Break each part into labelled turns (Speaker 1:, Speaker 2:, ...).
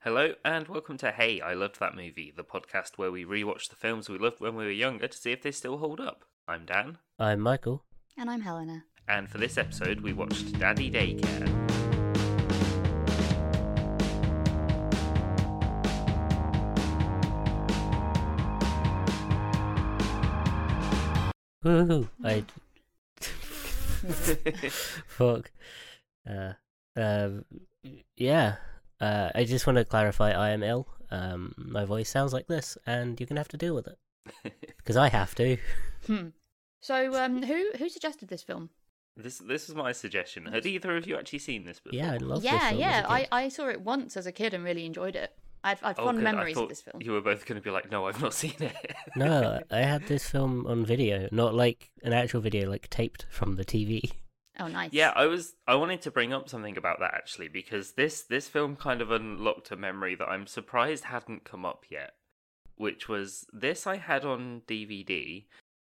Speaker 1: Hello and welcome to Hey, I Loved That Movie, the podcast where we rewatch the films we loved when we were younger to see if they still hold up. I'm Dan,
Speaker 2: I'm Michael.
Speaker 3: And I'm Helena.
Speaker 1: and for this episode we watched Daddy Daycare.
Speaker 2: Woohoo! I fuck. Uh, um, yeah. Uh, I just want to clarify. I am ill. Um, my voice sounds like this, and you're gonna have to deal with it because I have to.
Speaker 3: Hmm. So, um, who who suggested this film?
Speaker 1: this this is my suggestion. Had either of you actually seen this before?
Speaker 2: Yeah, I love this
Speaker 3: yeah,
Speaker 2: film.
Speaker 3: yeah. I, I saw it once as a kid and really enjoyed it. I had, I had
Speaker 1: Oh,
Speaker 3: fond
Speaker 1: good.
Speaker 3: memories
Speaker 1: I
Speaker 3: of
Speaker 1: thought
Speaker 3: this film.
Speaker 1: You were both going to be like, no, I've not seen it.
Speaker 2: no, I had this film on video, not like an actual video, like taped from the TV.
Speaker 3: Oh, nice.
Speaker 1: Yeah, I was. I wanted to bring up something about that actually because this this film kind of unlocked a memory that I'm surprised hadn't come up yet, which was this I had on DVD,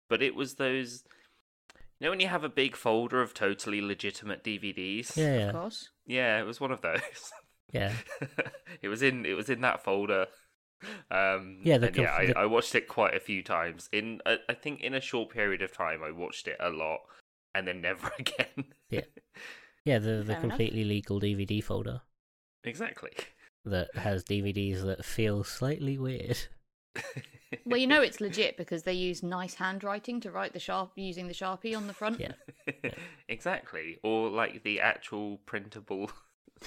Speaker 1: but it was those. You know when you have a big folder of totally legitimate DVDs?
Speaker 2: Yeah,
Speaker 3: Of
Speaker 2: yeah,
Speaker 3: course.
Speaker 1: Yeah, it was one of those.
Speaker 2: yeah.
Speaker 1: it was in it was in that folder. Um,
Speaker 2: Yeah, the
Speaker 1: and yeah,
Speaker 2: conf-
Speaker 1: I,
Speaker 2: the-
Speaker 1: I watched it quite a few times. In I, I think in a short period of time, I watched it a lot, and then never again.
Speaker 2: Yeah, The the
Speaker 3: enough.
Speaker 2: completely legal DVD folder
Speaker 1: exactly.
Speaker 2: that has DVDs that feel slightly weird.
Speaker 3: Well, you know it's legit because they use nice handwriting to write the sharp using the sharpie on the front.
Speaker 2: Yeah.
Speaker 1: exactly, or like the actual printable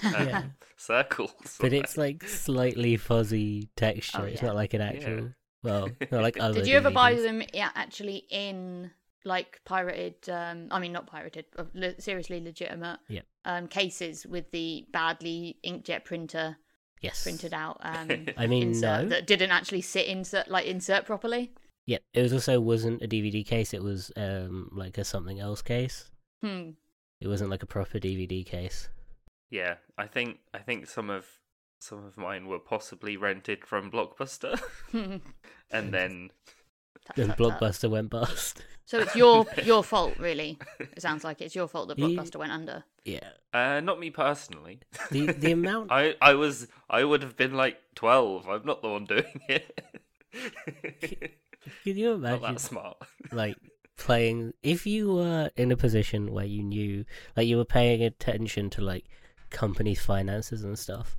Speaker 1: um,
Speaker 2: Yeah.
Speaker 1: circles.
Speaker 2: But it's like slightly fuzzy texture.
Speaker 3: Oh,
Speaker 2: It's
Speaker 3: yeah.
Speaker 2: not like an actual. Well, not like other.
Speaker 3: Did you ever buy
Speaker 2: DVDs.
Speaker 3: them yeah, actually in like pirated? Um, I mean, not pirated, uh, le- seriously legitimate
Speaker 2: Yeah.
Speaker 3: um, cases with the badly inkjet printer
Speaker 2: Yes.
Speaker 3: printed out. Um,
Speaker 2: I mean,
Speaker 3: insert
Speaker 2: no.
Speaker 3: that didn't actually sit insert like insert properly.
Speaker 2: Yep. It was also wasn't a DVD case. It was um like a something else case.
Speaker 3: Hmm.
Speaker 2: It wasn't like a proper DVD case.
Speaker 1: yeah, I think I think some of some of mine were possibly rented from Blockbuster,
Speaker 3: Tut,
Speaker 1: and then
Speaker 3: tut,
Speaker 2: And
Speaker 3: tut.
Speaker 2: Blockbuster went bust.
Speaker 3: So it's your your fault, really. It sounds like it's your fault that
Speaker 2: Ye-
Speaker 3: Blockbuster went under.
Speaker 2: Yeah.
Speaker 1: uh, not me personally.
Speaker 2: The the amount.
Speaker 1: I I was I would have been like twelve. I'm not the one doing it.
Speaker 2: Can you
Speaker 1: not
Speaker 2: imagine
Speaker 1: that smart.
Speaker 2: like playing if you were in a position where you knew like you were paying attention to like companies finances and stuff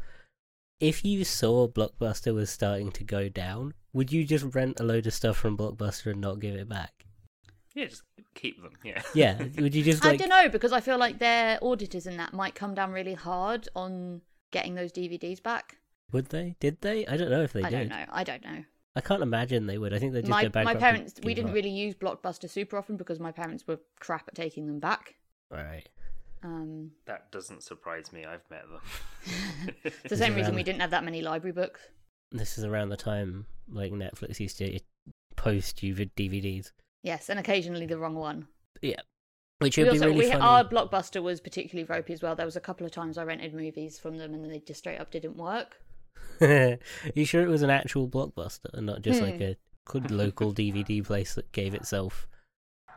Speaker 2: if you saw blockbuster was starting to go down would you just rent a load of stuff from blockbuster and not give it back
Speaker 1: Yeah, just keep them. Yeah.
Speaker 2: yeah would you just
Speaker 3: I
Speaker 2: like
Speaker 3: don't know because I feel like their auditors and that might come down really hard on getting those DVDs back.
Speaker 2: would they did they i don't know if they
Speaker 3: I
Speaker 2: did
Speaker 3: don't know. I don't know.
Speaker 2: i can't imagine they would i think they just
Speaker 3: My
Speaker 2: go bankrupt
Speaker 3: my
Speaker 2: and
Speaker 3: parents we
Speaker 2: give
Speaker 3: didn't
Speaker 2: up.
Speaker 3: really use Blockbuster super often because my parents were crap at taking them back.
Speaker 2: right
Speaker 3: Um,
Speaker 1: That doesn't surprise me. I've met them.
Speaker 3: it's the same reason
Speaker 2: around-
Speaker 3: we didn't have that many library books.
Speaker 2: this is around the time like netflix used to post you with dvds
Speaker 3: Yes, and occasionally the wrong one.
Speaker 2: yeah which
Speaker 3: We
Speaker 2: would be
Speaker 3: also,
Speaker 2: really
Speaker 3: we,
Speaker 2: funny
Speaker 3: our blockbuster was particularly ropey as well. There was a couple of times I rented movies from them and they just straight up didn't work.
Speaker 2: you sure it was an actual blockbuster and not just like
Speaker 3: Hmm.
Speaker 2: a good local DVD place that gave itself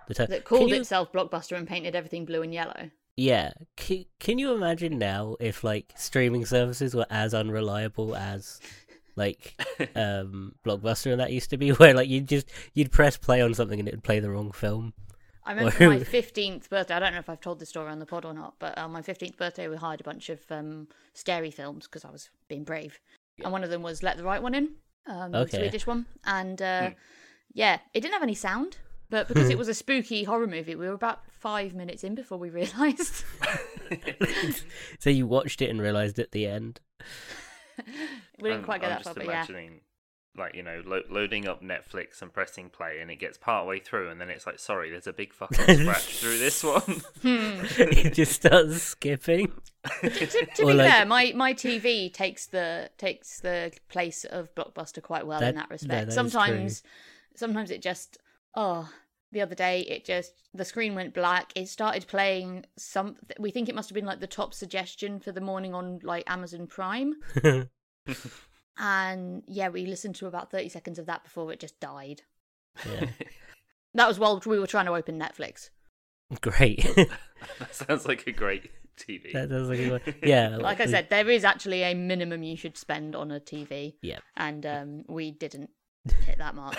Speaker 2: the title?
Speaker 3: That called
Speaker 2: Uh, can you,
Speaker 3: itself Blockbuster and painted everything blue and yellow.
Speaker 2: Yeah. Can, can you imagine now if like streaming services were as unreliable as like um blockbuster and that used to be where like you just you'd press play on something and it would play the wrong film
Speaker 3: I remember
Speaker 2: Whoa.
Speaker 3: my fifteenth birthday. I don't know if I've told this story on the pod or not, but on my fifteenth birthday, we hired a bunch of um, scary films because I was being brave, and one of them was Let the Right One In, um, the
Speaker 2: Okay.
Speaker 3: Swedish one, and
Speaker 1: Hmm.
Speaker 3: uh, yeah, it didn't have any sound, but because
Speaker 2: Hmm.
Speaker 3: it was a spooky horror movie, we were about five minutes in before we realised.
Speaker 2: so you watched it and realized at the end
Speaker 3: we didn't
Speaker 1: I'm-
Speaker 3: quite get
Speaker 1: I'm
Speaker 3: that far,
Speaker 1: just
Speaker 3: but yeah.
Speaker 1: imagining, like you know, lo- loading up Netflix and pressing play, and it gets part way through, and then it's like, sorry, there's a big fucking scratch through this one.
Speaker 2: it just starts skipping
Speaker 3: to, to
Speaker 2: Or
Speaker 3: be
Speaker 2: like-
Speaker 3: fair, my, my TV takes the takes the place of Blockbuster quite well
Speaker 2: That-
Speaker 3: in that
Speaker 2: no,
Speaker 3: respect.
Speaker 2: that is
Speaker 3: sometimes, sometimes it just oh. The other day, it just the screen went black. It started playing some. We think it must have been like the top suggestion for the morning on like Amazon Prime. and yeah, we listened to about thirty seconds of that before it just died.
Speaker 2: yeah
Speaker 3: That was while we were trying to open Netflix.
Speaker 2: great
Speaker 1: that sounds like a great TV.
Speaker 2: That does look like a good one. Yeah,
Speaker 3: Like I
Speaker 2: we-
Speaker 3: said, there is actually a minimum you should spend on a TV.
Speaker 2: Yeah.
Speaker 3: And um, we didn't hit that mark.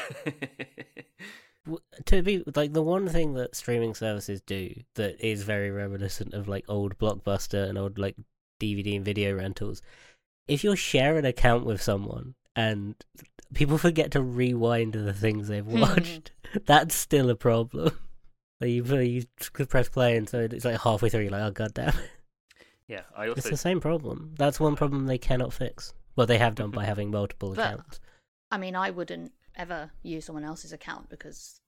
Speaker 2: w- to be like the one thing that streaming services do that is very reminiscent of like old blockbuster and old like dvd and video rentals if you're sharing an account with someone and people forget to rewind the things they've
Speaker 3: Hmm.
Speaker 2: watched that's still a problem like you, you press play and so it's like halfway through you're like oh god damn
Speaker 1: yeah, I
Speaker 2: it's
Speaker 1: also
Speaker 2: the same problem that's one problem they cannot fix well they have done by having multiple
Speaker 3: But-
Speaker 2: accounts
Speaker 3: I mean, I wouldn't ever use someone else's account because,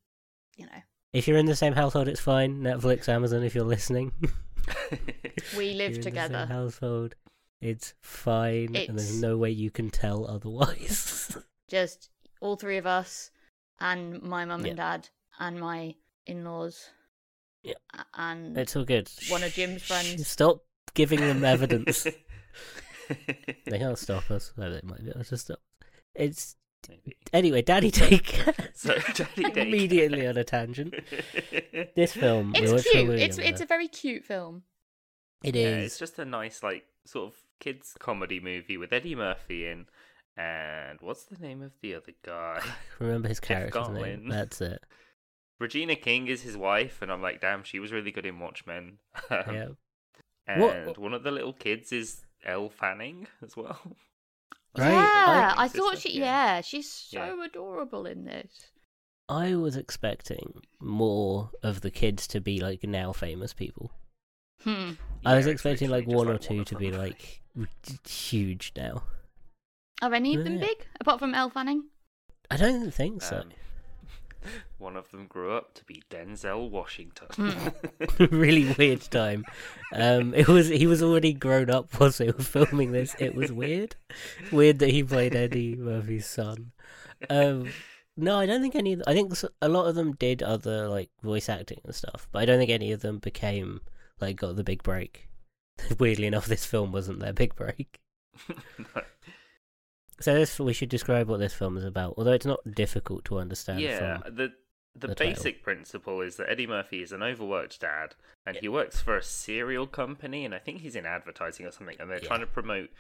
Speaker 3: you know,
Speaker 2: if you're in the same household it's fine netflix amazon if you're listening
Speaker 3: we
Speaker 2: You're
Speaker 3: live
Speaker 2: in the same
Speaker 3: together.
Speaker 2: household. It's fine, and there's
Speaker 3: It's-
Speaker 2: no way you can tell otherwise.
Speaker 3: Just all three of us and my mum
Speaker 2: Yeah.
Speaker 3: and dad and my in laws.
Speaker 2: Yeah.
Speaker 3: And
Speaker 2: it's all good.
Speaker 3: One of Jim's
Speaker 2: Shh,
Speaker 3: friends.
Speaker 2: Stop giving them evidence. they can't stop us. Well, they might be able to stop. It's
Speaker 1: Maybe.
Speaker 2: anyway. Daddy take
Speaker 1: So, Daddy Day.
Speaker 2: immediately on a tangent. This film. we
Speaker 3: it's
Speaker 2: watched when
Speaker 3: cute.
Speaker 2: we were
Speaker 3: It's it's
Speaker 2: younger.
Speaker 3: a very cute film.
Speaker 2: It
Speaker 1: Yeah,
Speaker 2: is.
Speaker 1: it's just a nice, like, sort of kids comedy movie with Eddie Murphy in, and what's the name of the other guy?
Speaker 2: Remember his
Speaker 1: Jeff
Speaker 2: character's name.
Speaker 1: Garlin.
Speaker 2: That's it.
Speaker 1: Regina King is his wife, and I'm like, damn, she was really good in Watchmen. Um,
Speaker 2: yeah.
Speaker 1: And
Speaker 2: What-
Speaker 1: one of the little kids is Elle Fanning as well.
Speaker 2: Right.
Speaker 3: Yeah,
Speaker 1: I-
Speaker 3: I thought she.
Speaker 1: Yeah.
Speaker 3: Yeah, she's so
Speaker 1: Yeah.
Speaker 3: adorable in this.
Speaker 2: I was expecting more of the kids to be like now famous people.
Speaker 3: Hmm.
Speaker 2: I was
Speaker 1: Yeah, it's
Speaker 2: expecting like
Speaker 1: literally
Speaker 2: one or
Speaker 1: just,
Speaker 2: two
Speaker 1: of
Speaker 2: to
Speaker 1: them.
Speaker 2: be like huge now.
Speaker 3: Are any of them
Speaker 2: Yeah.
Speaker 3: big apart from Elle Fanning?
Speaker 2: I don't think so.
Speaker 1: Um, one of them grew up to be Denzel Washington.
Speaker 2: Hmm. really weird time. Um, it was he was already grown up whilst they were filming this. It was weird, weird that he played Eddie Murphy's son. Um, no, I don't think any. Of, I think s- a lot of them did other like voice acting and stuff, but I don't think any of them became like got the big break. Weirdly enough, this film wasn't their big break.
Speaker 1: No.
Speaker 2: So this we should describe what this film is about, although it's not difficult to understand.
Speaker 1: yeah,
Speaker 2: from-
Speaker 1: the the,
Speaker 2: the title.
Speaker 1: basic principle is that Eddie Murphy is an overworked dad, and he works for a cereal company, and I think he's in advertising or something, and they're
Speaker 2: Yeah.
Speaker 1: trying to promote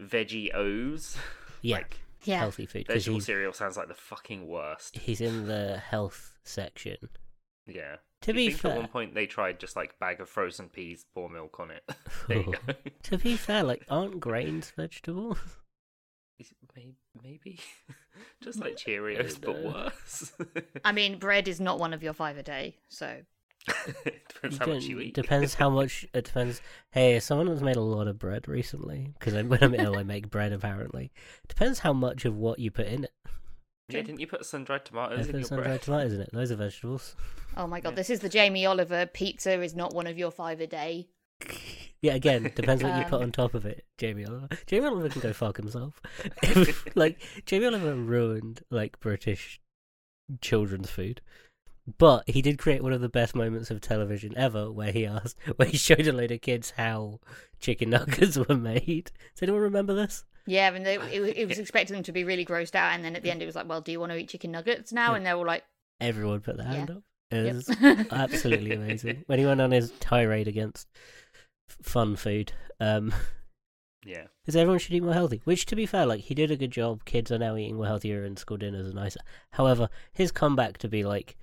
Speaker 1: veggie O's.
Speaker 2: Yeah.
Speaker 1: like,
Speaker 3: Yeah.
Speaker 2: healthy food because
Speaker 1: vegetable
Speaker 2: he's,
Speaker 1: cereal sounds like the fucking worst.
Speaker 2: he's in the health section.
Speaker 1: Yeah.
Speaker 2: To
Speaker 1: You
Speaker 2: be
Speaker 1: think
Speaker 2: fair,
Speaker 1: at one point they tried just like bag of frozen peas, pour milk on it. there you go.
Speaker 2: to be fair, like aren't grains vegetable?
Speaker 1: Is- may- Maybe just like Cheerios, but
Speaker 2: know.
Speaker 1: worse.
Speaker 3: I mean, bread is not one of your five a day, so
Speaker 1: depends
Speaker 2: You
Speaker 1: how much
Speaker 2: don't-
Speaker 1: you eat.
Speaker 2: Depends how much. It depends. Hey, someone has made a lot of bread recently because when I'm ill, I make bread. Apparently, depends how much of what you put in it.
Speaker 1: yeah, didn't you put sun dried tomatoes
Speaker 2: There's
Speaker 1: in your
Speaker 2: sun
Speaker 1: bread?
Speaker 2: dried tomatoes in it. Those are vegetables.
Speaker 3: oh my god,
Speaker 1: Yeah.
Speaker 3: this is the Jamie Oliver pizza is not one of your five a day.
Speaker 2: Yeah, again, depends what you put
Speaker 3: Um,
Speaker 2: on top of it, Jamie Oliver. Jamie Oliver can go fuck himself. If, like Jamie Oliver ruined like British children's food, but he did create one of the best moments of television ever, where he asked, where he showed a load of kids how chicken nuggets were made. Does anyone remember this?
Speaker 3: Yeah, and they, it, it was expecting them to be really grossed out, and then at the end it was like, well, do you want to eat chicken nuggets now? And they were like,
Speaker 2: Everyone put their
Speaker 3: Yeah.
Speaker 2: hand up. It
Speaker 3: yep.
Speaker 2: was absolutely amazing. When he went on his tirade against f- fun food, um,
Speaker 1: Yeah.
Speaker 2: Because everyone should eat more healthy. Which, to be fair, like he did a good job. Kids are now eating more healthier, and school dinners are nicer. However, his comeback to be like,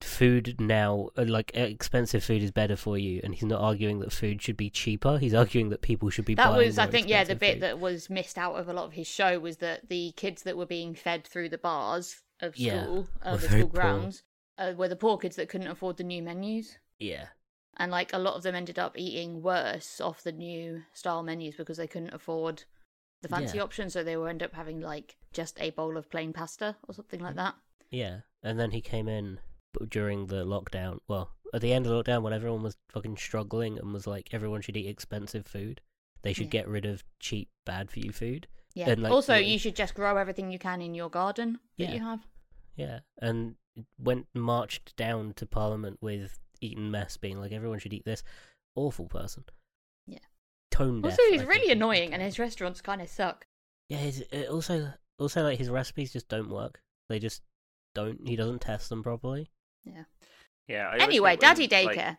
Speaker 2: food now, uh, like expensive food is better for you, and he's not arguing that food should be cheaper. He's arguing that people should be.
Speaker 3: that
Speaker 2: buying
Speaker 3: was, I
Speaker 2: more
Speaker 3: think, yeah, the
Speaker 2: expensive
Speaker 3: bit
Speaker 2: food.
Speaker 3: that was missed out of a lot of his show was that the kids that were being fed through the bars of
Speaker 2: Yeah,
Speaker 3: school,
Speaker 2: were
Speaker 3: of the
Speaker 2: very
Speaker 3: school
Speaker 2: poor.
Speaker 3: grounds, uh, were the poor kids that couldn't afford the new menus.
Speaker 2: Yeah,
Speaker 3: and like a lot of them ended up eating worse off the new style menus because they couldn't afford the fancy
Speaker 2: Yeah.
Speaker 3: option so they would end up having like just a bowl of plain pasta or something
Speaker 2: Mm.
Speaker 3: like that
Speaker 2: yeah. And then he came in b- during the lockdown. Well, at the end of the lockdown, when everyone was fucking struggling and was like, everyone should eat expensive food. They should
Speaker 3: Yeah.
Speaker 2: get rid of cheap, bad for you food.
Speaker 3: yeah
Speaker 2: And, like,
Speaker 3: also
Speaker 2: what you-
Speaker 3: you should just grow everything you can in your garden
Speaker 2: Yeah.
Speaker 3: that you have
Speaker 2: Yeah, and it went marched down to Parliament with Eaton Mess being like, everyone should eat this. Awful person.
Speaker 3: Yeah.
Speaker 2: Tone deaf.
Speaker 3: also
Speaker 2: I
Speaker 3: he's
Speaker 2: think,
Speaker 3: really
Speaker 2: is
Speaker 3: annoying
Speaker 2: the
Speaker 3: and
Speaker 2: term.
Speaker 3: his restaurants kind of suck
Speaker 2: yeah. His, uh, also, also like his recipes just don't work. They just don't. He doesn't test them properly.
Speaker 1: Yeah. I always
Speaker 3: Anyway,
Speaker 1: think
Speaker 3: Daddy
Speaker 1: when,
Speaker 3: Daycare.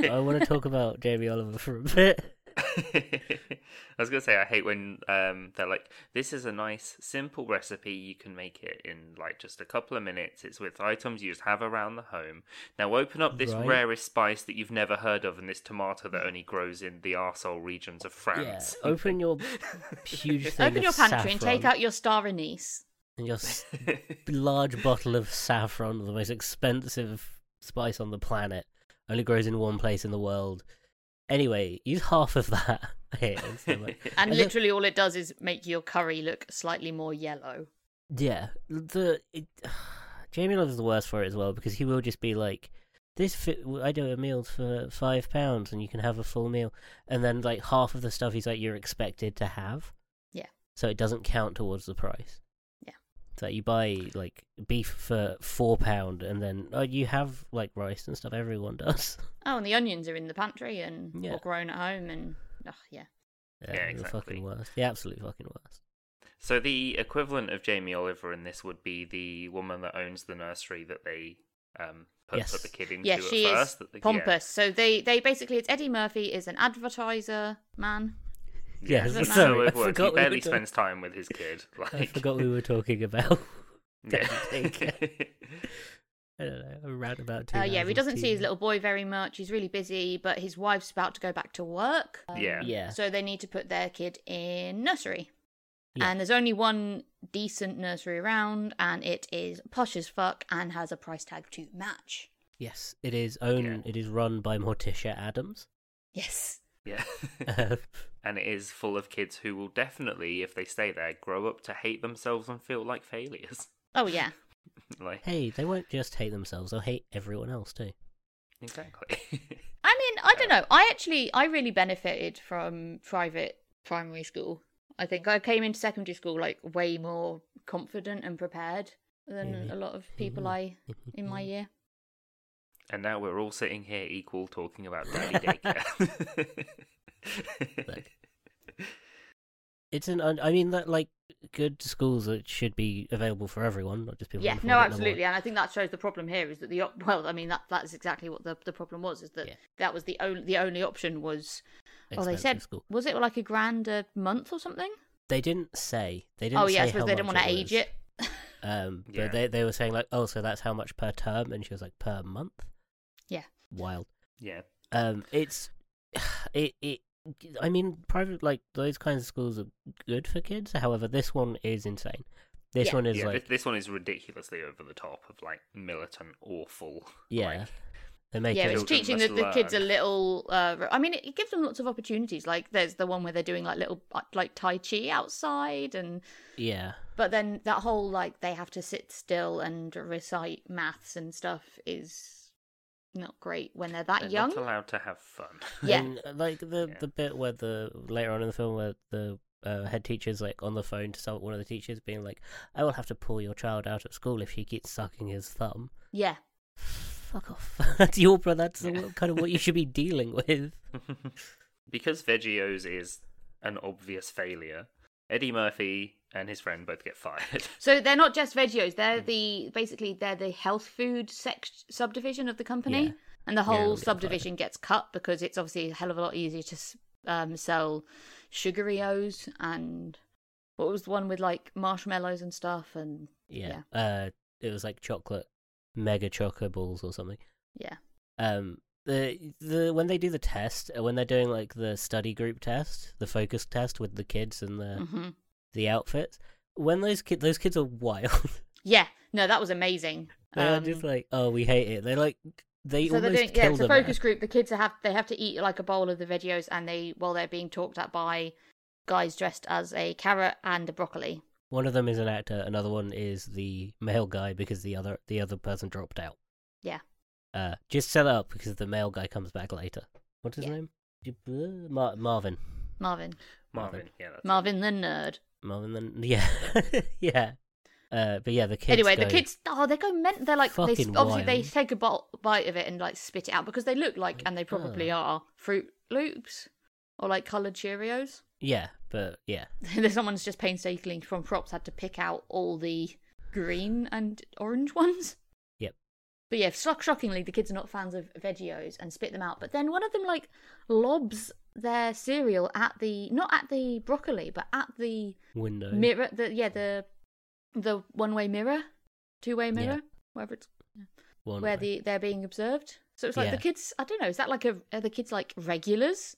Speaker 2: No, I want to talk about Jamie Oliver for a bit.
Speaker 1: I was gonna say I hate when um, they're like, "This is a nice, simple recipe. You can make it in like just a couple of minutes. It's with items you just have around the home. Now open up this
Speaker 2: Right. Mm.
Speaker 1: rarest spice that you've never heard of, and this tomato that only grows in the arsehole regions of
Speaker 2: Yeah,
Speaker 1: France.
Speaker 2: open your huge thing
Speaker 3: Open
Speaker 2: of
Speaker 3: your pantry and take
Speaker 2: saffron
Speaker 3: out your star anise.
Speaker 2: and your s- large bottle of saffron, the most expensive spice on the planet, only grows in one place in the world. Anyway, use half of that. I hate it so much.
Speaker 3: And
Speaker 2: And the-
Speaker 3: literally all it does is make your curry look slightly more yellow.
Speaker 2: Yeah, the it, Jamie Love's the worst for it as well because he will just be like, "This fi- I do a meal for five pounds and you can have a full meal," and then like half of the stuff he's like you're expected to have.
Speaker 3: Yeah.
Speaker 2: So it doesn't count towards the price.
Speaker 3: Yeah.
Speaker 2: So you buy like beef for four pound and then oh you have like rice and stuff. Everyone does.
Speaker 3: Oh, and the onions are in the pantry and
Speaker 2: Yeah.
Speaker 3: or grown at home and oh yeah.
Speaker 2: Yeah,
Speaker 1: Yeah,
Speaker 2: The
Speaker 1: exactly.
Speaker 2: fucking worst. The absolute fucking worst.
Speaker 1: so the equivalent of Jamie Oliver in this would be the woman that owns the nursery that they um, put,
Speaker 2: Yes.
Speaker 1: put the kid into
Speaker 3: Yeah,
Speaker 1: at
Speaker 3: she
Speaker 1: first.
Speaker 3: is
Speaker 1: that the- yeah.
Speaker 3: pompous. So they they basically it's Eddie Murphy is an advertiser man.
Speaker 2: Yeah,
Speaker 3: Doesn't
Speaker 1: so
Speaker 3: sorry,
Speaker 1: it
Speaker 2: I
Speaker 1: works.
Speaker 2: forgot
Speaker 1: He
Speaker 2: we were
Speaker 1: barely
Speaker 2: doing-
Speaker 1: spends time with his kid. Like,
Speaker 2: I forgot we were talking about.
Speaker 1: Yeah.
Speaker 2: Take I don't know. Around about two.
Speaker 3: Uh, yeah, he doesn't see his little boy very much. He's really busy, but his wife's about to go back to work.
Speaker 1: Yeah.
Speaker 2: Yeah.
Speaker 3: So they need to put their kid in nursery.
Speaker 2: Yeah.
Speaker 3: And there's only one decent nursery around, and it is posh as fuck and has a price tag to match.
Speaker 2: Yes, it is own.
Speaker 1: Yeah.
Speaker 2: It is run by Morticia Adams.
Speaker 3: Yes.
Speaker 1: yeah.
Speaker 2: Uh,
Speaker 1: and it is full of kids who will definitely, if they stay there, grow up to hate themselves and feel like failures.
Speaker 3: Oh, yeah.
Speaker 1: like
Speaker 2: hey, they won't just hate themselves; they'll hate everyone else too.
Speaker 1: exactly.
Speaker 3: I mean, I don't know. I actually, I really benefited from private primary school. I think I came into secondary school like way more confident and prepared than
Speaker 2: Mhm.
Speaker 3: a lot of people
Speaker 2: Mhm.
Speaker 3: I in my
Speaker 2: Mm-hmm.
Speaker 3: year.
Speaker 1: and now we're all sitting here equal talking about daddy daycare.
Speaker 2: Look. It's an. un- I mean, that like good schools that should be available for everyone, not just people. who
Speaker 3: Yeah,
Speaker 2: can afford it, number
Speaker 3: no,
Speaker 2: one.
Speaker 3: absolutely, and I think that shows the problem here is that the op- well, I mean that that's exactly what the the problem was is that
Speaker 2: Yeah.
Speaker 3: that was the only the only option was oh they
Speaker 2: Expensive
Speaker 3: said
Speaker 2: school.
Speaker 3: was it like a grand a month or something?
Speaker 2: They didn't say. They didn't.
Speaker 3: Oh yeah, I
Speaker 2: say
Speaker 3: suppose
Speaker 2: how
Speaker 3: they didn't
Speaker 2: much
Speaker 3: want to age
Speaker 2: was.
Speaker 3: it.
Speaker 2: Um, but
Speaker 1: Yeah.
Speaker 2: they they were saying like, oh, so that's how much per term, and she was like, per month.
Speaker 3: Yeah.
Speaker 2: Wild.
Speaker 1: yeah.
Speaker 2: um it's it it i mean private like those kinds of schools are good for kids however this one is insane this
Speaker 3: Yeah.
Speaker 2: one is
Speaker 1: Yeah,
Speaker 2: like
Speaker 1: thi- this one is ridiculously over the top of like militant, awful.
Speaker 2: yeah
Speaker 1: like-
Speaker 2: they make
Speaker 3: yeah,
Speaker 2: it
Speaker 3: it's
Speaker 1: Children
Speaker 3: teaching the,
Speaker 1: must
Speaker 3: the kids a
Speaker 1: learn.
Speaker 3: little. Uh, I mean, it, it gives them lots of opportunities. Like there's the one where they're doing like little uh, like tai chi outside, and
Speaker 2: yeah
Speaker 3: but then that whole like they have to sit still and recite maths and stuff is not great when they're that
Speaker 1: they're
Speaker 3: young.
Speaker 1: not allowed to have fun.
Speaker 3: Yeah.
Speaker 2: and, uh, like the
Speaker 1: Yeah.
Speaker 2: the bit where the later on in the film where the uh, head teacher's like on the phone to some, one of the teachers being like i will have to pull your child out of school if he keeps sucking his thumb
Speaker 3: Yeah,
Speaker 2: fuck off that's your brother that's the
Speaker 1: Yeah.
Speaker 2: what- kind of what you should be dealing with
Speaker 1: because Veggios is an obvious failure, Eddie Murphy and his friend both get fired.
Speaker 3: so they're not just Veggios.
Speaker 2: Hmm.
Speaker 3: They're the basically they're the health food sect- subdivision of the company,
Speaker 2: Yeah.
Speaker 3: and the
Speaker 2: Yeah, they'll
Speaker 3: whole
Speaker 2: get fired.
Speaker 3: subdivision gets cut because it's obviously a hell of a lot easier to s- um, sell sugarios and what was the one with like marshmallows and stuff and
Speaker 2: yeah. Uh, it was like chocolate, mega choco balls or something.
Speaker 3: yeah
Speaker 2: Um, the the when they do the test, uh, when they're doing like the study group test, the focus test with the kids and the
Speaker 3: hmm
Speaker 2: the outfits, when those kids those kids are wild.
Speaker 3: yeah no that was amazing.
Speaker 2: they're
Speaker 3: Um,
Speaker 2: just like, oh, we hate it. They're like, they
Speaker 3: so they're
Speaker 2: almost
Speaker 3: doing
Speaker 2: kill
Speaker 3: yeah it's a
Speaker 2: them.
Speaker 3: focus group. The kids have they have to eat like a bowl of the Veggios and they while they're being talked at by guys dressed as a carrot and a broccoli.
Speaker 2: One of them is an actor. Another one is the male guy because the other the other person dropped out.
Speaker 3: Yeah.
Speaker 2: Uh, just set that up because the male guy comes back later. What's his
Speaker 3: Yeah.
Speaker 2: name? uh, Mar- Marvin.
Speaker 3: Marvin.
Speaker 1: Marvin,
Speaker 2: Marvin.
Speaker 1: yeah, that's
Speaker 3: Marvin the nerd.
Speaker 2: Marvin then yeah yeah uh but yeah the kids
Speaker 3: anyway, the
Speaker 2: go-
Speaker 3: kids oh they go men they're like they
Speaker 2: Fucking
Speaker 3: obviously they
Speaker 2: wild.
Speaker 3: take a bol- bite of it and like spit it out because they look like
Speaker 2: Like,
Speaker 3: and they probably
Speaker 2: oh.
Speaker 3: are fruit loops or like colored Cheerios.
Speaker 2: yeah but yeah
Speaker 3: There's someone's just painstakingly from props had to pick out all the green and orange ones.
Speaker 2: Yep.
Speaker 3: But yeah, shock- shockingly, the kids are not fans of Veggios and spit them out. But then one of them like lobs their cereal at the not at the broccoli, but at the
Speaker 2: Window.
Speaker 3: mirror. The yeah, the the one way mirror, two way mirror,
Speaker 2: Yeah.
Speaker 3: whatever it's
Speaker 2: One
Speaker 3: where
Speaker 2: way.
Speaker 3: the they're being observed. So it's like
Speaker 2: Yeah.
Speaker 3: the kids. I don't know. Is that like a are the kids like regulars?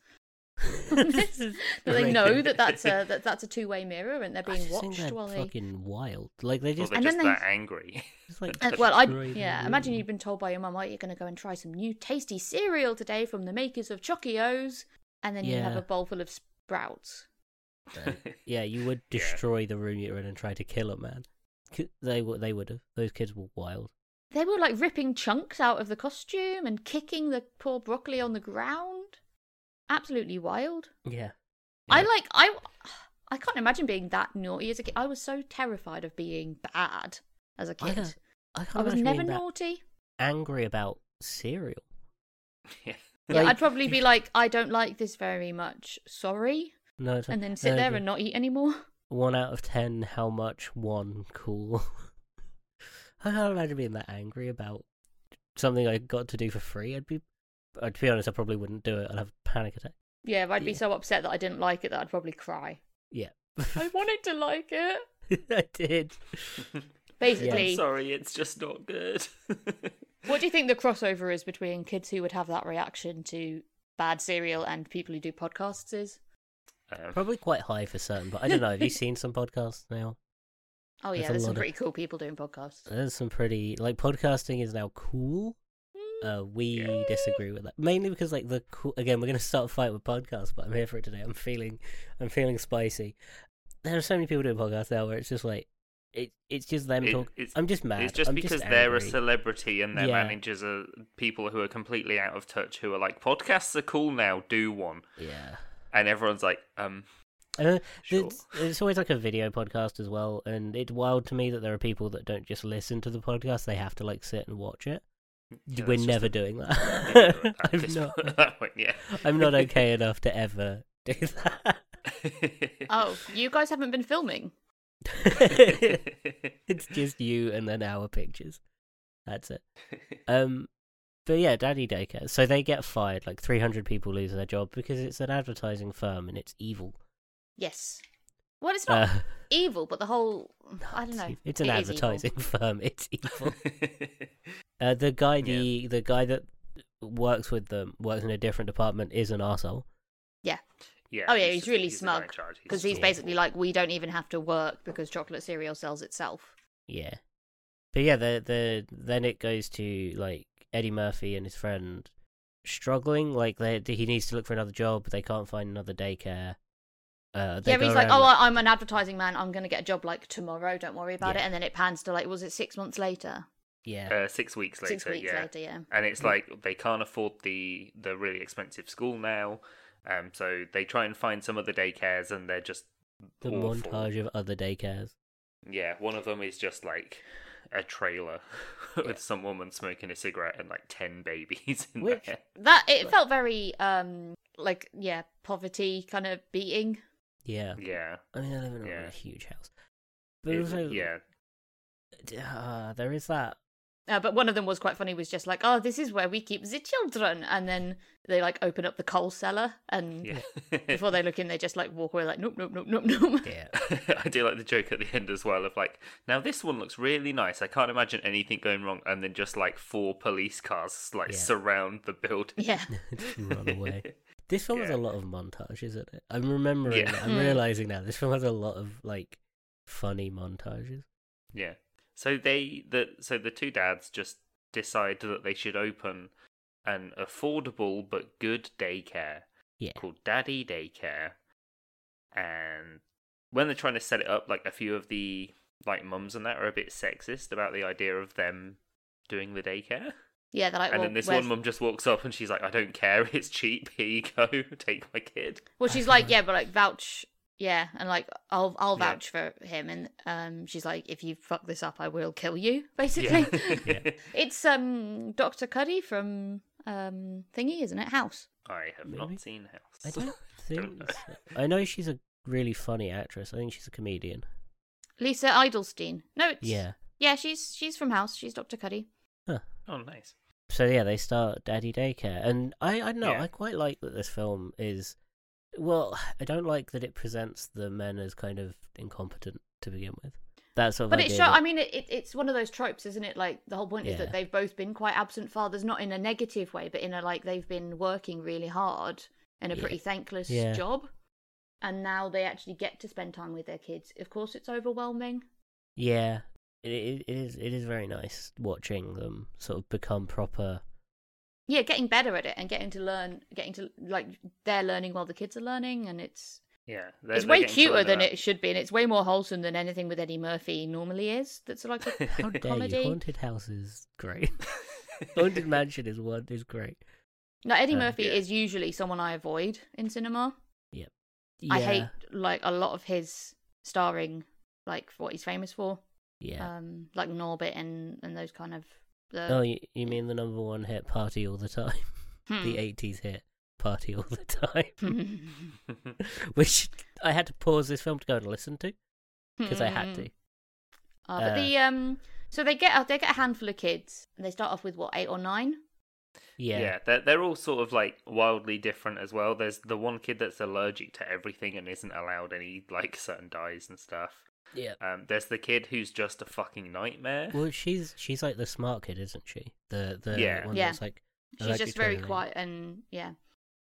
Speaker 2: This
Speaker 3: that
Speaker 2: is
Speaker 3: they
Speaker 2: great.
Speaker 3: know that that's a that that's a two way mirror and they're
Speaker 2: I
Speaker 3: being
Speaker 2: just think
Speaker 3: watched
Speaker 2: they're
Speaker 3: while they.
Speaker 2: fucking wild. Like they
Speaker 1: Or
Speaker 2: just,
Speaker 1: they're
Speaker 3: And
Speaker 1: just
Speaker 3: then they-
Speaker 1: that angry.
Speaker 2: just like
Speaker 3: Uh, well, I
Speaker 2: destroy the
Speaker 3: yeah.
Speaker 2: room.
Speaker 3: Imagine you've been told by your mum, "Oh, you're going to go and try some new tasty cereal today from the makers of Chochios," and then you have
Speaker 2: Yeah.
Speaker 3: a bowl full of sprouts.
Speaker 2: yeah, you would
Speaker 1: Yeah.
Speaker 2: destroy the room you're in and try to kill it, man. C- They would. They would have. Those kids were wild.
Speaker 3: They were like ripping chunks out of the costume and kicking the poor broccoli on the ground. Absolutely wild.
Speaker 2: Yeah.
Speaker 3: I
Speaker 2: Yeah.
Speaker 3: like I I can't imagine being that naughty as a kid. I was so terrified of being bad as a
Speaker 2: I
Speaker 3: kid.
Speaker 2: don't- I, can't
Speaker 3: I was
Speaker 2: imagine being
Speaker 3: never
Speaker 2: that
Speaker 3: naughty.
Speaker 2: angry about cereal.
Speaker 1: yeah.
Speaker 3: Yeah,
Speaker 2: Like-
Speaker 3: I'd probably be like, I don't like this very much. Sorry,
Speaker 2: No, it's-
Speaker 3: and then sit
Speaker 2: no,
Speaker 3: there
Speaker 2: the-
Speaker 3: and not eat anymore.
Speaker 2: one out of ten. How much? One cool. I can't imagine being that angry about something I got to do for free. I'd be. Uh, to be honest, I probably wouldn't do it. I'd have a panic attack.
Speaker 3: Yeah, I'd be
Speaker 2: Yeah.
Speaker 3: so upset that I didn't like it that I'd probably cry.
Speaker 2: Yeah,
Speaker 3: I wanted to like it.
Speaker 2: I did.
Speaker 3: Basically,
Speaker 1: I'm sorry, it's just not good.
Speaker 3: what do you think the crossover is between kids who would have that reaction to bad cereal and people who do podcasts is?
Speaker 1: Um,
Speaker 2: Probably quite high for certain, but I don't know. Have you seen some podcasts now?
Speaker 3: Oh yeah,
Speaker 2: There's a
Speaker 3: there's some
Speaker 2: lot of-
Speaker 3: pretty cool people doing podcasts.
Speaker 2: There's some pretty like podcasting is now cool. Uh, we
Speaker 1: Mm, Yeah.
Speaker 2: disagree with that mainly because like the cool again we're gonna start a fight with podcasts, but I'm here for it today. I'm feeling, I'm feeling spicy. There are so many people doing podcasts now where it's just like it, it's just them
Speaker 1: It-
Speaker 2: talk.
Speaker 1: it's-
Speaker 2: I'm just mad.
Speaker 1: It's just
Speaker 2: I'm
Speaker 1: because they're a
Speaker 2: angry.
Speaker 1: celebrity and their
Speaker 2: Yeah.
Speaker 1: managers are people who are completely out of touch who are like, podcasts are cool now, do one.
Speaker 2: yeah.
Speaker 1: And everyone's like, um,
Speaker 2: And then
Speaker 1: Sure.
Speaker 2: there's- It's always like a video podcast as well, and it's wild to me that there are people that don't just listen to the podcast; they have to like sit and watch it.
Speaker 1: yeah,
Speaker 2: We're
Speaker 1: that's just
Speaker 2: never
Speaker 1: a-
Speaker 2: doing
Speaker 1: never doing
Speaker 2: that.
Speaker 1: that at
Speaker 2: I'm
Speaker 1: this
Speaker 2: not.
Speaker 1: point- at that point, yeah.
Speaker 2: I'm not okay enough to ever do
Speaker 3: Oh, you guys haven't been filming.
Speaker 2: that. it's just you and then our pictures. That's it. Um, but yeah, Daddy Daycare. So they get fired. Like 300 people lose their job because it's an advertising firm and it's evil.
Speaker 3: Yes. Well, it's not
Speaker 2: Uh,
Speaker 3: evil, but the whole
Speaker 2: no,
Speaker 3: I don't
Speaker 2: it's
Speaker 3: know.
Speaker 2: ev- It's an
Speaker 3: It is evil.
Speaker 2: advertising firm. It's evil. Uh, the guy, the the guy that works with them, works in a different department, is an arsehole.
Speaker 1: yeah.
Speaker 3: Oh yeah, he's,
Speaker 1: just-
Speaker 3: really
Speaker 1: the guy in
Speaker 3: smug
Speaker 1: charge,
Speaker 3: because he's
Speaker 1: just-
Speaker 3: basically like, we don't even have to work because chocolate cereal sells itself.
Speaker 2: Yeah. But yeah, the the then it goes to like Eddie Murphy and his friend struggling. Like they, he needs to look for another job, but they can't find another daycare. Uh, they
Speaker 3: yeah,
Speaker 2: go
Speaker 3: but he's like,
Speaker 2: around,
Speaker 3: oh, I- I'm an advertising man. I'm going to get a job like tomorrow. Don't worry about
Speaker 2: Yeah.
Speaker 3: it. And then it pans to like, was it six months later?
Speaker 2: yeah,
Speaker 1: Uh, six weeks later,
Speaker 3: Six weeks
Speaker 1: yeah.
Speaker 3: later, Hmm. yeah.
Speaker 1: and it's like they can't afford the the really expensive school now um so they try and find some other daycares and they're just
Speaker 2: the
Speaker 1: awful.
Speaker 2: montage of other daycares.
Speaker 1: yeah one of them is just like a trailer with some woman smoking a cigarette and like 10 babies in
Speaker 2: Which-
Speaker 1: there
Speaker 3: That it felt very um like yeah poverty kind of beating.
Speaker 2: Yeah,
Speaker 1: yeah
Speaker 2: I mean, I live in a
Speaker 1: Yeah.
Speaker 2: huge house, but
Speaker 1: It-
Speaker 2: also
Speaker 1: yeah
Speaker 2: uh, there is that.
Speaker 3: Uh, but one of them was quite funny. Was just like, oh, this is where we keep the children, and then they like open up the coal cellar, and
Speaker 1: yeah
Speaker 3: before they look in, they just like walk away, like nope, nope, nope, nope, nope.
Speaker 2: Yeah,
Speaker 1: I do like the joke at the end as well of like, now this one looks really nice. I can't imagine anything going wrong. And then just like four police cars like
Speaker 2: Yeah.
Speaker 1: surround the building.
Speaker 3: Yeah,
Speaker 2: Just run away. This film has
Speaker 1: Yeah.
Speaker 2: a lot of montage, isn't it? I'm remembering.
Speaker 1: Yeah.
Speaker 2: I'm
Speaker 3: Mm.
Speaker 2: realizing now. This film has a lot of like funny montages.
Speaker 1: Yeah. So they the so the two dads just decide that they should open an affordable but good daycare
Speaker 2: Yeah.
Speaker 1: called Daddy Daycare. And when they're trying to set it up, like a few of the like mums and that are a bit sexist about the idea of them doing the daycare.
Speaker 3: yeah. They're like,
Speaker 1: and
Speaker 3: well,
Speaker 1: then this
Speaker 3: where's-
Speaker 1: one mum just walks up and she's like, I don't care, it's cheap, here you go, take my kid.
Speaker 3: well, she's like, yeah, but like vouch, yeah, and like I'll I'll
Speaker 1: Yeah.
Speaker 3: vouch for him, and um, she's like, if you fuck this up, I will kill you, basically. it's um Doctor Cuddy from um thingy, isn't it? House.
Speaker 1: I have
Speaker 2: Maybe.
Speaker 1: not seen
Speaker 2: I
Speaker 1: House.
Speaker 2: don't think.
Speaker 1: know.
Speaker 2: so. I know she's a really funny actress. I think she's a comedian.
Speaker 3: Lisa Eidelstein. No, it's
Speaker 2: Yeah.
Speaker 3: yeah. She's she's from House. She's Doctor Cuddy.
Speaker 2: Huh.
Speaker 1: Oh, nice.
Speaker 2: So yeah, they start Daddy Daycare, and I I don't know
Speaker 1: Yeah.
Speaker 2: I quite like that this film is. Well, I don't like that it presents the men as kind of incompetent to begin with. That sort of
Speaker 3: But it
Speaker 2: idea
Speaker 3: show.
Speaker 2: that-
Speaker 3: I mean, it, it, it's one of those tropes, isn't it? Like the whole point is
Speaker 2: Yeah.
Speaker 3: that they've both been quite absent fathers, not in a negative way, but in a like they've been working really hard in a
Speaker 2: Yeah.
Speaker 3: pretty thankless
Speaker 2: Yeah.
Speaker 3: job, and now they actually get to spend time with their kids. Of course, it's overwhelming.
Speaker 2: Yeah, it, it, it is. It is very nice watching them sort of become proper.
Speaker 3: Yeah, getting better at it and getting to learn, getting to like they're learning while the kids are learning, and it's
Speaker 1: Yeah, they're-
Speaker 3: it's
Speaker 1: they're
Speaker 3: way
Speaker 1: getting to
Speaker 3: cuter
Speaker 1: learn
Speaker 3: than
Speaker 1: about-
Speaker 3: it should be, and it's way more wholesome than anything with Eddie Murphy normally is. That's like a
Speaker 2: How dare you?
Speaker 3: comedy.
Speaker 2: Haunted house is great. Haunted mansion is one is great.
Speaker 3: No, Eddie
Speaker 2: Uh,
Speaker 3: Murphy
Speaker 1: yeah.
Speaker 3: is usually someone I avoid in cinema.
Speaker 2: Yeah,
Speaker 3: I hate like a lot of his starring, like for what he's famous for,
Speaker 2: Yeah.
Speaker 3: um, like Norbit and and those kind of the
Speaker 2: oh, you, you mean the number one hit party all the time?
Speaker 3: Hmm.
Speaker 2: The eighties hit party all the time, which I had to pause this film to go and listen to because I had
Speaker 3: Hmm.
Speaker 2: to.
Speaker 3: Uh, but
Speaker 2: Uh,
Speaker 3: the um, so they get they get a handful of kids and they start off with what eight or nine.
Speaker 2: Yeah.
Speaker 1: yeah, they're, they're all sort of like wildly different as well. There's the one kid that's allergic to everything and isn't allowed any like certain dyes and stuff.
Speaker 2: Yeah.
Speaker 1: Um, there's the kid who's just a fucking nightmare.
Speaker 2: Well, she's she's like the smart kid, isn't she? The the
Speaker 1: Yeah.
Speaker 2: one
Speaker 3: Yeah.
Speaker 2: that's like
Speaker 3: She's
Speaker 2: allergic
Speaker 3: just
Speaker 2: to
Speaker 3: very
Speaker 2: everything.
Speaker 3: quiet and yeah,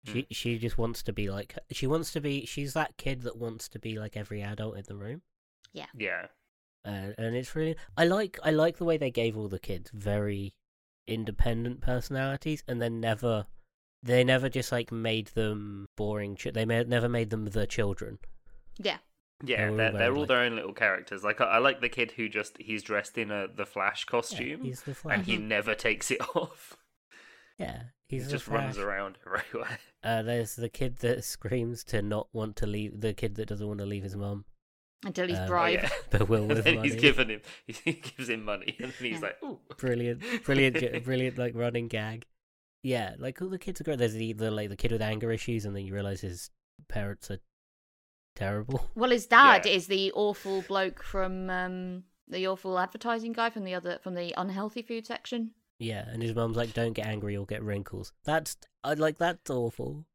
Speaker 2: She she just wants to be like she wants to be she's that kid that wants to be like every adult in the room,
Speaker 1: Yeah,
Speaker 2: uh, and it's really I like I like the way they gave all the kids very independent personalities, and then never they never just like made them boring. Ch- they ma- never made them the children.
Speaker 3: yeah.
Speaker 1: yeah,
Speaker 2: They're all
Speaker 1: they're,
Speaker 2: very,
Speaker 1: they're all
Speaker 2: like-
Speaker 1: their own little characters. Like I, I like the kid who just he's dressed in a the Flash costume
Speaker 2: he's the
Speaker 1: and he
Speaker 2: Flash.
Speaker 1: never takes it off.
Speaker 2: Yeah, Mm-hmm. he's
Speaker 1: he
Speaker 2: the
Speaker 1: just runs
Speaker 2: Flash.
Speaker 1: around everywhere.
Speaker 2: Uh, there's the kid that screams to not want to leave the kid that doesn't want to leave his mum,
Speaker 3: Until he's
Speaker 2: Um,
Speaker 1: Oh,
Speaker 3: bribed.
Speaker 1: yeah.
Speaker 2: but will
Speaker 1: and
Speaker 2: with
Speaker 1: then
Speaker 2: money.
Speaker 1: he's given him he gives him money and then he's
Speaker 3: Yeah.
Speaker 1: like, ooh.
Speaker 2: brilliant, brilliant, jo- brilliant, like running gag. Yeah, like all the kids are great. There's the, the like the kid with anger issues, and then you realize his parents are terrible.
Speaker 3: Well, his dad
Speaker 1: Yeah.
Speaker 3: is the awful bloke from um, the awful advertising guy from the other from the unhealthy food section.
Speaker 2: Yeah, and his mum's like, "Don't get angry, you'll get wrinkles." That's I like that's awful.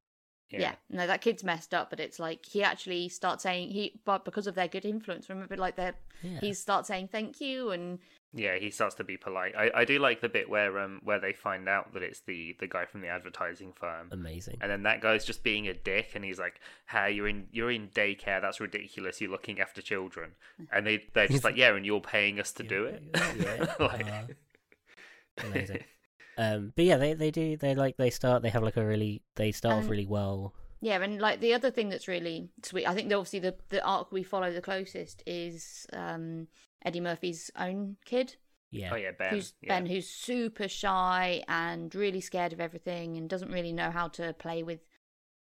Speaker 3: Yeah. no, that kid's messed up, but it's like he actually starts saying he, but because of their good influence, remember, like they
Speaker 2: Yeah,
Speaker 3: he starts saying thank you and
Speaker 1: Yeah, he starts to be polite. I, I do like the bit where um where they find out that it's the the guy from the advertising firm,
Speaker 2: amazing.
Speaker 1: and then that guy's just being a dick, and he's like, "Hey, you're in you're in daycare. That's ridiculous. You're looking after children." And they they're just like, "Yeah, and you're paying us to do it."
Speaker 2: Yeah.
Speaker 1: Like-
Speaker 2: Uh-huh. Amazing. Um, but yeah, they they do they like they start they have like a really they start off
Speaker 3: And-
Speaker 2: really well.
Speaker 3: yeah, and like the other thing that's really sweet, I think that obviously the the arc we follow the closest is um, Eddie Murphy's own kid,
Speaker 2: Yeah,
Speaker 1: Oh yeah, Ben.
Speaker 3: who's
Speaker 1: yeah.
Speaker 3: Ben, who's super shy and really scared of everything and doesn't really know how to play with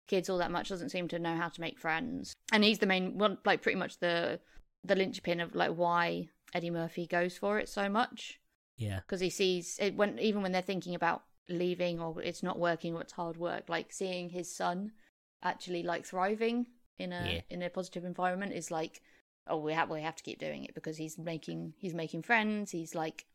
Speaker 3: kids all that much. Doesn't seem to know how to make friends, and he's the main one, like pretty much the the linchpin of like why Eddie Murphy goes for it so much
Speaker 2: yeah,
Speaker 3: because he sees it when even when they're thinking about leaving or it's not working or it's hard work, like seeing his son actually like thriving in a
Speaker 2: Yeah.
Speaker 3: in a positive environment is like oh we have we have to keep doing it because he's making he's making friends he's like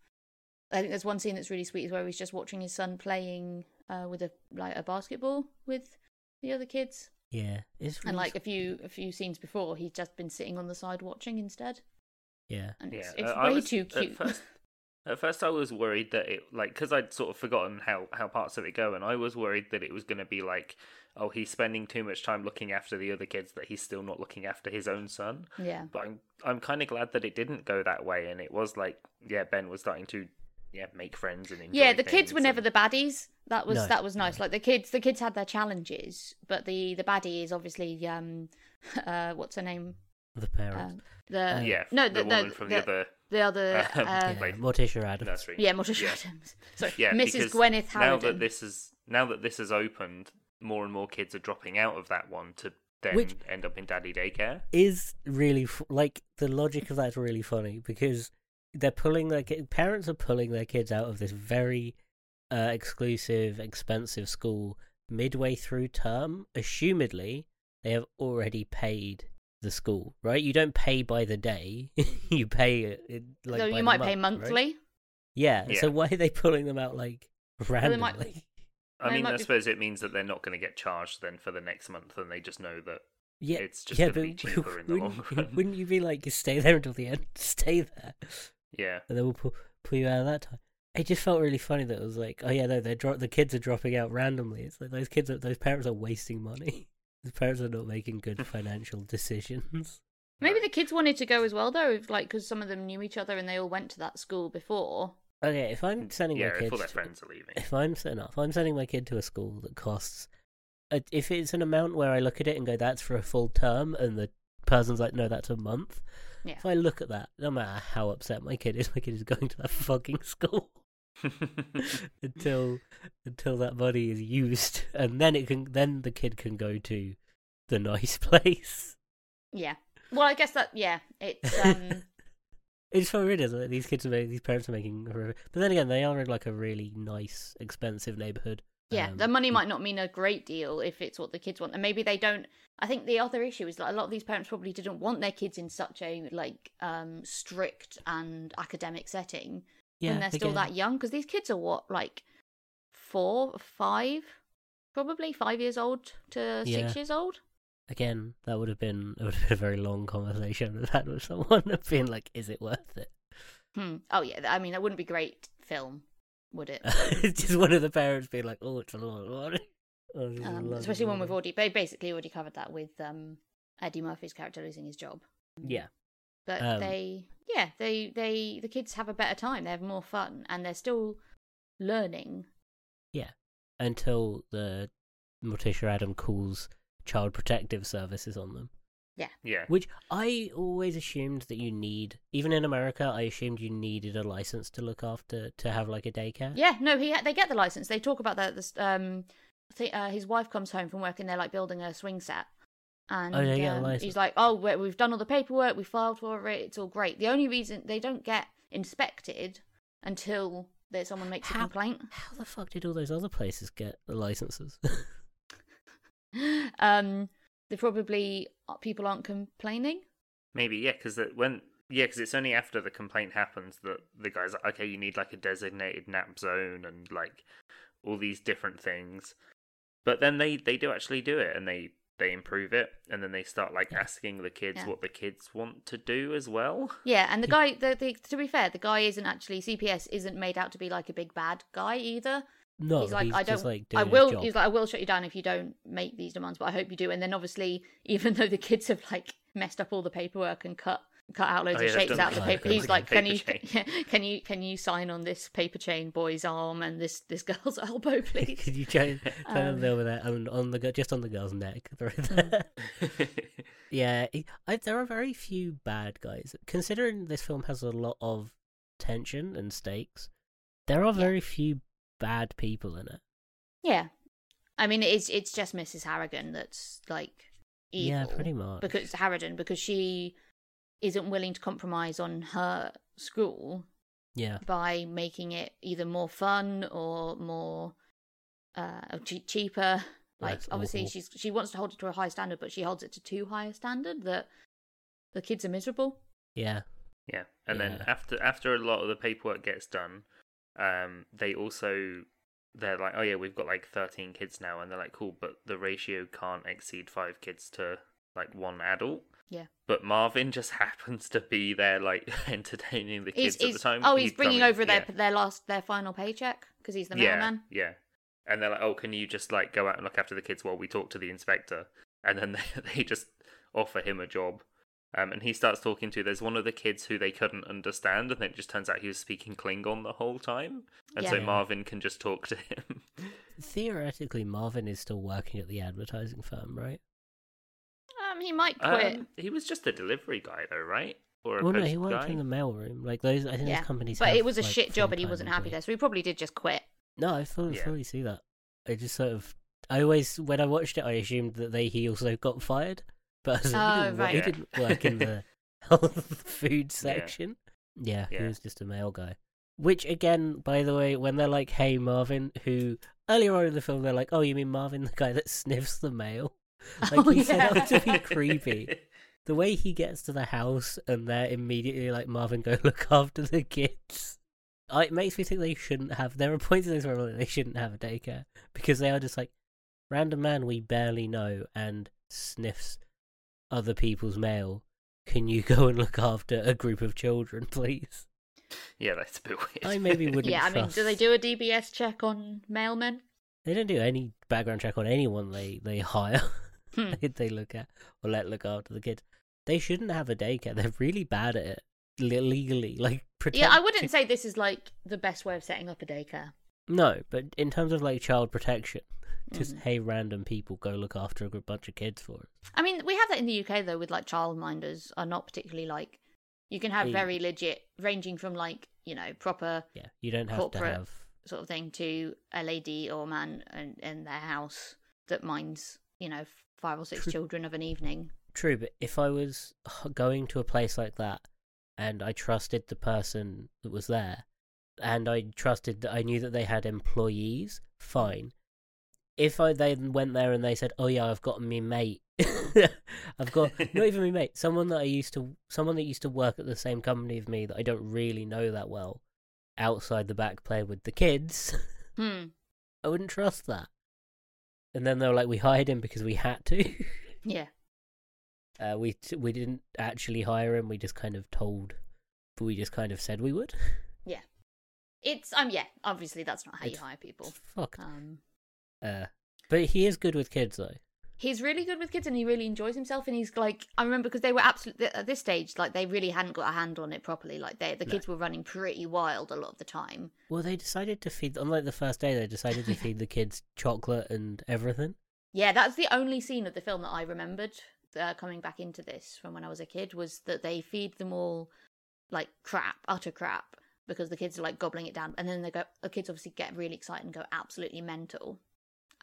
Speaker 3: I think there's one scene that's really sweet is where he's just watching his son playing uh, with a like a basketball with the other kids
Speaker 2: yeah. It's
Speaker 3: and
Speaker 2: really
Speaker 3: like a
Speaker 2: sweet.
Speaker 3: few a few scenes before he's just been sitting on the side watching instead
Speaker 2: yeah,
Speaker 3: and it's,
Speaker 1: Yeah,
Speaker 3: it's
Speaker 1: uh, I
Speaker 3: way
Speaker 1: was-
Speaker 3: too
Speaker 1: at
Speaker 3: cute
Speaker 1: first- At first, I was worried that it, like, because I'd sort of forgotten how how parts of it go, and I was worried that it was going to be like, oh, he's spending too much time looking after the other kids that he's still not looking after his own son.
Speaker 3: yeah
Speaker 1: But I'm I'm kind of glad that it didn't go that way, and it was like, yeah, Ben was starting to, yeah, make friends and enjoy
Speaker 3: yeah the kids
Speaker 1: things
Speaker 3: were never
Speaker 1: and-
Speaker 3: the baddies that was
Speaker 2: No,
Speaker 3: that was nice
Speaker 2: no.
Speaker 3: like the kids the kids had their challenges but the the baddie is obviously um uh what's her name
Speaker 2: the parents.
Speaker 3: um, the
Speaker 2: Uh,
Speaker 1: yeah
Speaker 3: no
Speaker 1: the,
Speaker 3: no,
Speaker 1: woman from the, other
Speaker 3: the other
Speaker 1: um,
Speaker 3: uh,
Speaker 2: yeah,
Speaker 1: like-
Speaker 2: Morticia Adams.
Speaker 1: nursery.
Speaker 3: yeah Morticia
Speaker 1: Yeah.
Speaker 3: Adams sorry
Speaker 1: yeah,
Speaker 3: Mrs
Speaker 1: because
Speaker 3: Gwyneth
Speaker 1: Now
Speaker 3: Howard
Speaker 1: that this is now that this has opened, more and more kids are dropping out of that one to then
Speaker 2: Which-
Speaker 1: end up in daddy daycare.
Speaker 2: is really f- like the logic of that's really funny because they're pulling their ki- parents are pulling their kids out of this very uh, exclusive, expensive school midway through term. Assumedly, they have already paid the school, right? You don't pay by the day; you pay it, it, like
Speaker 3: so
Speaker 2: by
Speaker 3: you
Speaker 2: the
Speaker 3: might
Speaker 2: month,
Speaker 3: pay
Speaker 2: right?
Speaker 3: monthly
Speaker 2: Yeah,
Speaker 1: Yeah.
Speaker 2: So why are they pulling them out like
Speaker 3: they
Speaker 2: randomly?
Speaker 3: might-
Speaker 1: I
Speaker 3: They
Speaker 1: mean,
Speaker 3: might
Speaker 1: I
Speaker 3: be-
Speaker 1: suppose it means that they're not going to get charged then for the next month, and they just know that
Speaker 2: yeah,
Speaker 1: it's just
Speaker 2: yeah,
Speaker 1: gonna be
Speaker 2: but
Speaker 1: cheaper in the
Speaker 2: wouldn't-
Speaker 1: long run.
Speaker 2: Wouldn't you be like, stay there until the end, stay there,
Speaker 1: yeah,
Speaker 2: and then we'll pull, pull you out of that time? It just felt really funny that it was like, oh yeah, no, they're dro- the kids are dropping out randomly. It's like those kids, are, those parents are wasting money. Those parents are not making good financial decisions.
Speaker 3: Maybe
Speaker 1: Right.
Speaker 3: the kids wanted to go as well, though, if, like because some of them knew each other and they all went to that school before.
Speaker 2: Okay, if I'm sending
Speaker 1: yeah.
Speaker 2: my
Speaker 1: If
Speaker 2: kid,
Speaker 1: all their
Speaker 2: to-
Speaker 1: friends are leaving,
Speaker 2: if I'm setting up, if I'm sending my kid to a school that costs, uh, if it's an amount where I look at it and go, that's for a full term, and the person's like, no, that's a month.
Speaker 3: Yeah.
Speaker 2: If I look at that, no matter how upset my kid is, my kid is going to that fucking school until until that money is used, and then it can then the kid can go to the nice place.
Speaker 3: Yeah. Well, I guess that yeah, it's um
Speaker 2: It's for it is like, these kids are ma- these parents are making, horrific- but then again, they are in like a really nice, expensive neighborhood.
Speaker 3: yeah,
Speaker 2: Um,
Speaker 3: the money might not mean a great deal if it's what the kids want, and maybe they don't. I think the other issue is that a lot of these parents probably didn't want their kids in such a like um strict and academic setting
Speaker 2: yeah,
Speaker 3: when they're still
Speaker 2: again.
Speaker 3: that young, because these kids are what like four, five, probably five years old to
Speaker 2: Yeah.
Speaker 3: six years old.
Speaker 2: again, that would have been it would have been a very long conversation I've had with someone of being like, is it worth it?
Speaker 3: Hmm. Oh yeah, I mean that wouldn't be great film, would it?
Speaker 2: it's just one of the parents being like, oh, it's a lot of money. Oh, this is a
Speaker 3: um,
Speaker 2: lot of
Speaker 3: especially when we've
Speaker 2: money."
Speaker 3: already they basically already covered that with um, Eddie Murphy's character losing his job.
Speaker 2: yeah,
Speaker 3: But
Speaker 2: Um,
Speaker 3: they, yeah, they they the kids have a better time. They have more fun, and they're still learning.
Speaker 2: yeah. Until the Morticia Adam calls child protective services on them,
Speaker 1: yeah,
Speaker 2: which I always assumed that you need. Even in America, I assumed you needed a license to look after to have like a daycare.
Speaker 3: Yeah, no, he ha- they get the license. They talk about that. This um, th- uh, his wife comes home from work, and they're like building a swing set. And
Speaker 2: Oh, they get a
Speaker 3: um,
Speaker 2: license.
Speaker 3: he's like, "Oh, we- we've done all the paperwork. We filed for it. It's all great." The only reason they don't get inspected until that someone makes a
Speaker 2: How-
Speaker 3: complaint.
Speaker 2: How the fuck did all those other places get the licenses?
Speaker 3: um they probably uh, people aren't complaining
Speaker 1: maybe yeah, because when yeah, because it's only after the complaint happens that the guys like, okay, you need like a designated nap zone and like all these different things. But then they they do actually do it, and they they improve it, and then they start like asking the kids
Speaker 3: Yeah.
Speaker 1: what the kids want to do as well.
Speaker 3: yeah and the guy the, the to be fair the guy isn't actually cps isn't made out to be like a big bad guy either
Speaker 2: No,
Speaker 3: he's like i don't
Speaker 2: just like doing
Speaker 3: i
Speaker 2: his
Speaker 3: will
Speaker 2: job.
Speaker 3: he's like i will shut you down if you don't make these demands but i hope you do and then obviously even though the kids have like messed up all the paperwork and cut cut out loads
Speaker 1: Oh, yeah,
Speaker 3: of
Speaker 1: they've
Speaker 3: shapes
Speaker 1: done
Speaker 3: out of the
Speaker 2: that.
Speaker 3: paper
Speaker 2: They've
Speaker 3: he's
Speaker 1: done
Speaker 3: like
Speaker 1: the
Speaker 3: can you
Speaker 1: paper
Speaker 3: yeah, can you can you sign on this paper chain boy's arm and this this girl's elbow please
Speaker 2: Could you change turn
Speaker 3: Um, Mm.
Speaker 2: them over there and on the gu- just on the girl's neck? Right there. yeah, it- I, there are very few bad guys. Considering this film has a lot of tension and stakes, there are
Speaker 3: Yeah.
Speaker 2: very few bad people in it.
Speaker 3: Yeah, I mean it's it's just Mrs. Harrigan that's like evil.
Speaker 2: Yeah, pretty much.
Speaker 3: Because Harrigan, because she isn't willing to compromise on her school
Speaker 2: Yeah,
Speaker 3: by making it either more fun or more uh or che- cheaper. Like
Speaker 2: Less
Speaker 3: obviously
Speaker 2: awful.
Speaker 3: she's she wants to hold it to a high standard, but she holds it to too high a standard that the kids are miserable.
Speaker 2: yeah,
Speaker 1: Yeah, and then
Speaker 2: Yeah.
Speaker 1: after after a lot of the paperwork gets done, um, they also they're like, oh yeah, we've got like thirteen kids now, and they're like, cool, but the ratio can't exceed five kids to like one adult.
Speaker 3: Yeah.
Speaker 1: But Marvin just happens to be there, like entertaining the kids
Speaker 3: He's, he's,
Speaker 1: at the time.
Speaker 3: oh, he's bringing
Speaker 1: drumming-
Speaker 3: over their
Speaker 1: yeah.
Speaker 3: their last their final paycheck because he's the
Speaker 1: yeah,
Speaker 3: mailman.
Speaker 1: Yeah, and they're like, oh, can you just like go out and look after the kids while we talk to the inspector? And then they, they just offer him a job. Um, and he starts talking to. There's one of the kids who they couldn't understand, and then it just turns out he was speaking Klingon the whole time, and so
Speaker 2: Yeah.
Speaker 1: Marvin can just talk to him.
Speaker 2: theoretically, Marvin is still working at the advertising firm, right?
Speaker 3: Um, he might quit.
Speaker 1: Um, he was just a delivery guy, though, right? Or a
Speaker 2: Well, no,
Speaker 1: post
Speaker 2: he worked
Speaker 1: guy?
Speaker 2: in the mailroom. Like those, I think those companies.
Speaker 3: But
Speaker 2: have,
Speaker 3: it was a
Speaker 2: like,
Speaker 3: shit job, and he
Speaker 2: full-time
Speaker 3: wasn't happy
Speaker 2: employees.
Speaker 3: there, so he probably did just quit.
Speaker 2: No, I fully,
Speaker 1: Yeah.
Speaker 2: fully see that. I just sort of, I always, when I watched it, I assumed that they he also got fired, but I was like, he,
Speaker 3: Oh,
Speaker 2: didn't, wo- he
Speaker 1: right.
Speaker 2: didn't work in the health food section. Yeah, he
Speaker 1: Yeah.
Speaker 2: was just a male guy. Which again, by the way, when they're like, "Hey, Marvin," who earlier on in the film they're like, "Oh, you mean Marvin, the guy that sniffs the mail?" Like
Speaker 3: Oh,
Speaker 2: he said that
Speaker 3: yeah.
Speaker 2: to be creepy. The way he gets to the house and they're immediately like, "Marvin, go look after the kids." I- it makes me think they shouldn't have. There are points in this where I'm like, they shouldn't have a daycare because they are just like random man we barely know and sniffs other people's mail. Can you go and look after a group of children, please?
Speaker 1: Yeah, that's a bit weird.
Speaker 2: I maybe wouldn't.
Speaker 3: yeah, I mean, do they
Speaker 2: trust-
Speaker 3: do a DBS check on mailmen?
Speaker 2: They don't do any background check on anyone they they hire.
Speaker 3: Hmm.
Speaker 2: they- they look at or let look after the kid. They shouldn't have a daycare. They're really bad at it le- legally. Like pretend.
Speaker 3: Yeah, I wouldn't say this is like the best way of setting up a daycare.
Speaker 2: No, but in terms of like child protection, just
Speaker 3: Mm.
Speaker 2: hey, random people go look after a gr- bunch of kids for us.
Speaker 3: I mean, we have that in the UK though, with like childminders are not particularly like you can have
Speaker 2: Yeah.
Speaker 3: very legit, ranging from like you know proper
Speaker 2: Yeah, you don't have
Speaker 3: Corporate.
Speaker 2: to have.
Speaker 3: sort of thing to a lady or man in, in their house that minds you know five or six
Speaker 2: True.
Speaker 3: children of an evening.
Speaker 2: True, but if I was h- going to a place like that, and I trusted the person that was there, and I trusted that I knew that they had employees, fine. If I then went there and they said, "Oh yeah, I've got me mate," I've got not even me mate, someone that I used to, someone that used to work at the same company as me that I don't really know that well, outside the back play with the kids.
Speaker 3: Hmm.
Speaker 2: I wouldn't trust that. And then they were like, we hired him because we had to.
Speaker 3: Yeah.
Speaker 2: uh, we t- we didn't actually hire him. We just kind of told, but we just kind of said we would.
Speaker 3: Yeah. It's um yeah, obviously that's not how you
Speaker 2: It's-
Speaker 3: hire people.
Speaker 2: Fuck.
Speaker 3: Um
Speaker 2: Uh, but he is good with kids though.
Speaker 3: he's really good with kids and he really enjoys himself and he's like I remember because they were absolutely at this stage like they really hadn't got a hand on it properly like they the
Speaker 2: No.
Speaker 3: kids were running pretty wild a lot of the time.
Speaker 2: Well, they decided to feed. Unlike the first day, they decided to feed the kids chocolate and everything.
Speaker 3: Yeah, that's the only scene of the film that I remembered uh, coming back into this from when I was a kid was that they feed them all like crap, utter crap because the kids are like gobbling it down and then they go the kids obviously get really excited and go absolutely mental.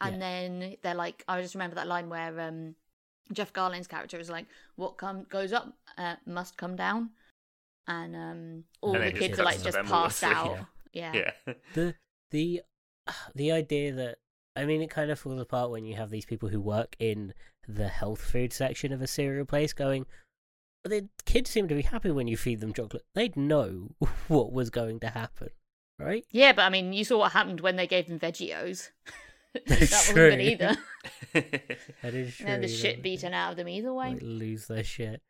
Speaker 3: And
Speaker 2: Yeah.
Speaker 3: then they're like I just remember that line where um Jeff Garland's character is like what come goes up uh, must come down and um all
Speaker 2: And
Speaker 3: the
Speaker 2: then he
Speaker 3: kids are like
Speaker 2: cuts
Speaker 3: just
Speaker 1: them all
Speaker 3: passed
Speaker 1: asleep.
Speaker 3: out. Yeah.
Speaker 1: yeah.
Speaker 2: the the the idea that I mean it kind of falls apart when you have these people who work in the health food section of a cereal place going the kids seem to be happy when you feed them chocolate. They'd know what was going to happen, right?
Speaker 3: Yeah, but I mean, you saw what happened when they gave them Veggios. that wasn't
Speaker 2: True.
Speaker 3: good either.
Speaker 2: That is true.
Speaker 3: and the
Speaker 2: you know,
Speaker 3: shit
Speaker 2: they
Speaker 3: beaten out of them either way.
Speaker 2: like, lose their shit.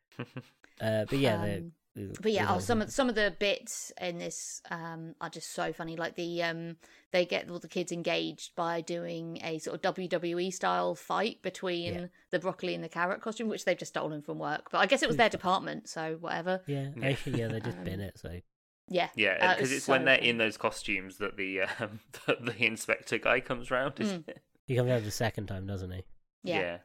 Speaker 2: Uh, but yeah, they-
Speaker 3: Um,
Speaker 2: ugh,
Speaker 3: but yeah,
Speaker 2: there's
Speaker 3: oh,
Speaker 2: other
Speaker 3: some of
Speaker 2: things.
Speaker 3: some of the bits in this um, are just so funny. Like the um, they get all the kids engaged by doing a sort of WWE style fight between
Speaker 2: Yeah.
Speaker 3: the broccoli and the carrot costume, which they've just stolen from work. But I guess it was their department, so whatever.
Speaker 2: yeah,
Speaker 1: Yeah.
Speaker 2: actually, yeah, they just bin
Speaker 3: Um,
Speaker 2: it. So
Speaker 3: Yeah,
Speaker 1: yeah,
Speaker 3: Uh,
Speaker 1: because it's
Speaker 3: so
Speaker 1: when they're
Speaker 3: funny.
Speaker 1: in those costumes that the um, that the inspector guy comes round. Isn't it?
Speaker 2: he comes out the second time, doesn't he?
Speaker 3: Mm. Yeah.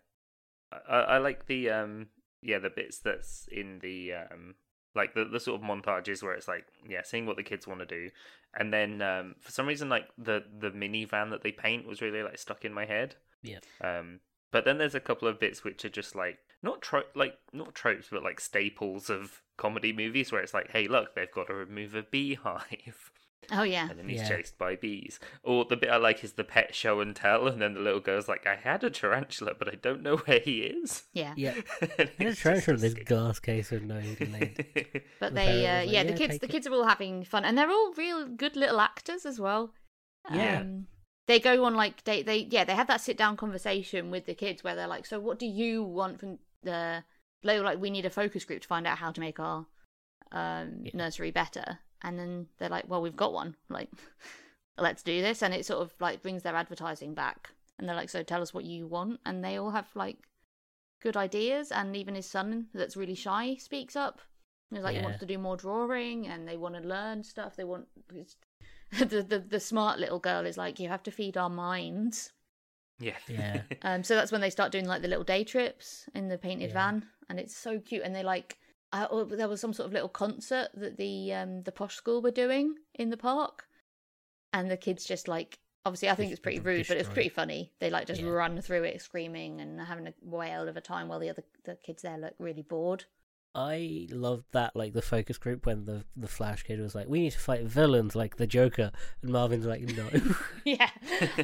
Speaker 1: I- I, I like the um yeah the bits that's in the um like the, the sort of montages where it's like yeah seeing what the kids want to do and then um for some reason like the the minivan that they paint was really like stuck in my head
Speaker 2: Yeah.
Speaker 1: um but then there's a couple of bits which are just like not tro- like not tropes but like staples of comedy movies where it's like hey look they've got to remove a beehive
Speaker 3: Oh yeah.
Speaker 1: and then he's
Speaker 2: Yeah.
Speaker 1: chased by bees. Or the bit I like is the pet show and tell, and then the little girl's like, I had a tarantula, but I don't know where he is.
Speaker 3: Yeah.
Speaker 2: Yeah,
Speaker 1: And
Speaker 2: and
Speaker 1: it's
Speaker 2: it's trying
Speaker 1: just
Speaker 2: from
Speaker 1: a
Speaker 2: this
Speaker 1: skit.
Speaker 2: glass case with no lid. The
Speaker 3: But they, uh,
Speaker 2: parent was like,
Speaker 3: yeah, the
Speaker 2: "Yeah,
Speaker 3: kids,
Speaker 2: take
Speaker 3: the
Speaker 2: it."
Speaker 3: kids are all having fun, and they're all real good little actors as well.
Speaker 2: Yeah.
Speaker 3: Um, they go on like they, they, yeah, they have that sit down conversation with the kids where they're like, "So, what do you want from the?" They were like, "We need a focus group to find out how to make our um,
Speaker 2: Yeah.
Speaker 3: nursery better," and then they're like, "Well, we've got one. Like, let's do this," and it sort of like brings their advertising back, and they're like, "So, tell us what you want," and they all have like good ideas, and even his son, that's really shy, speaks up. He's like, he wants
Speaker 2: Yeah.
Speaker 3: to do more drawing, and they want to learn stuff. They want the, the the smart little girl is like, you have to feed our minds.
Speaker 1: Yeah.
Speaker 2: Yeah.
Speaker 3: Um, so that's when they start doing like the little day trips in the painted
Speaker 2: Yeah.
Speaker 3: van, and it's so cute. And they like, uh, oh, there was some sort of little concert that the um the posh school were doing in the park, and the kids just like, obviously, I think
Speaker 2: Just
Speaker 3: it's pretty
Speaker 2: d-
Speaker 3: rude, but it's
Speaker 2: destroy.
Speaker 3: pretty funny. They like just
Speaker 2: Yeah.
Speaker 3: run through it screaming and having a whale of a time while the other the kids there look really bored.
Speaker 2: I loved that, like the focus group when the the Flash kid was like, "We need to fight villains like the Joker," and Marvin's like, "No."
Speaker 3: yeah.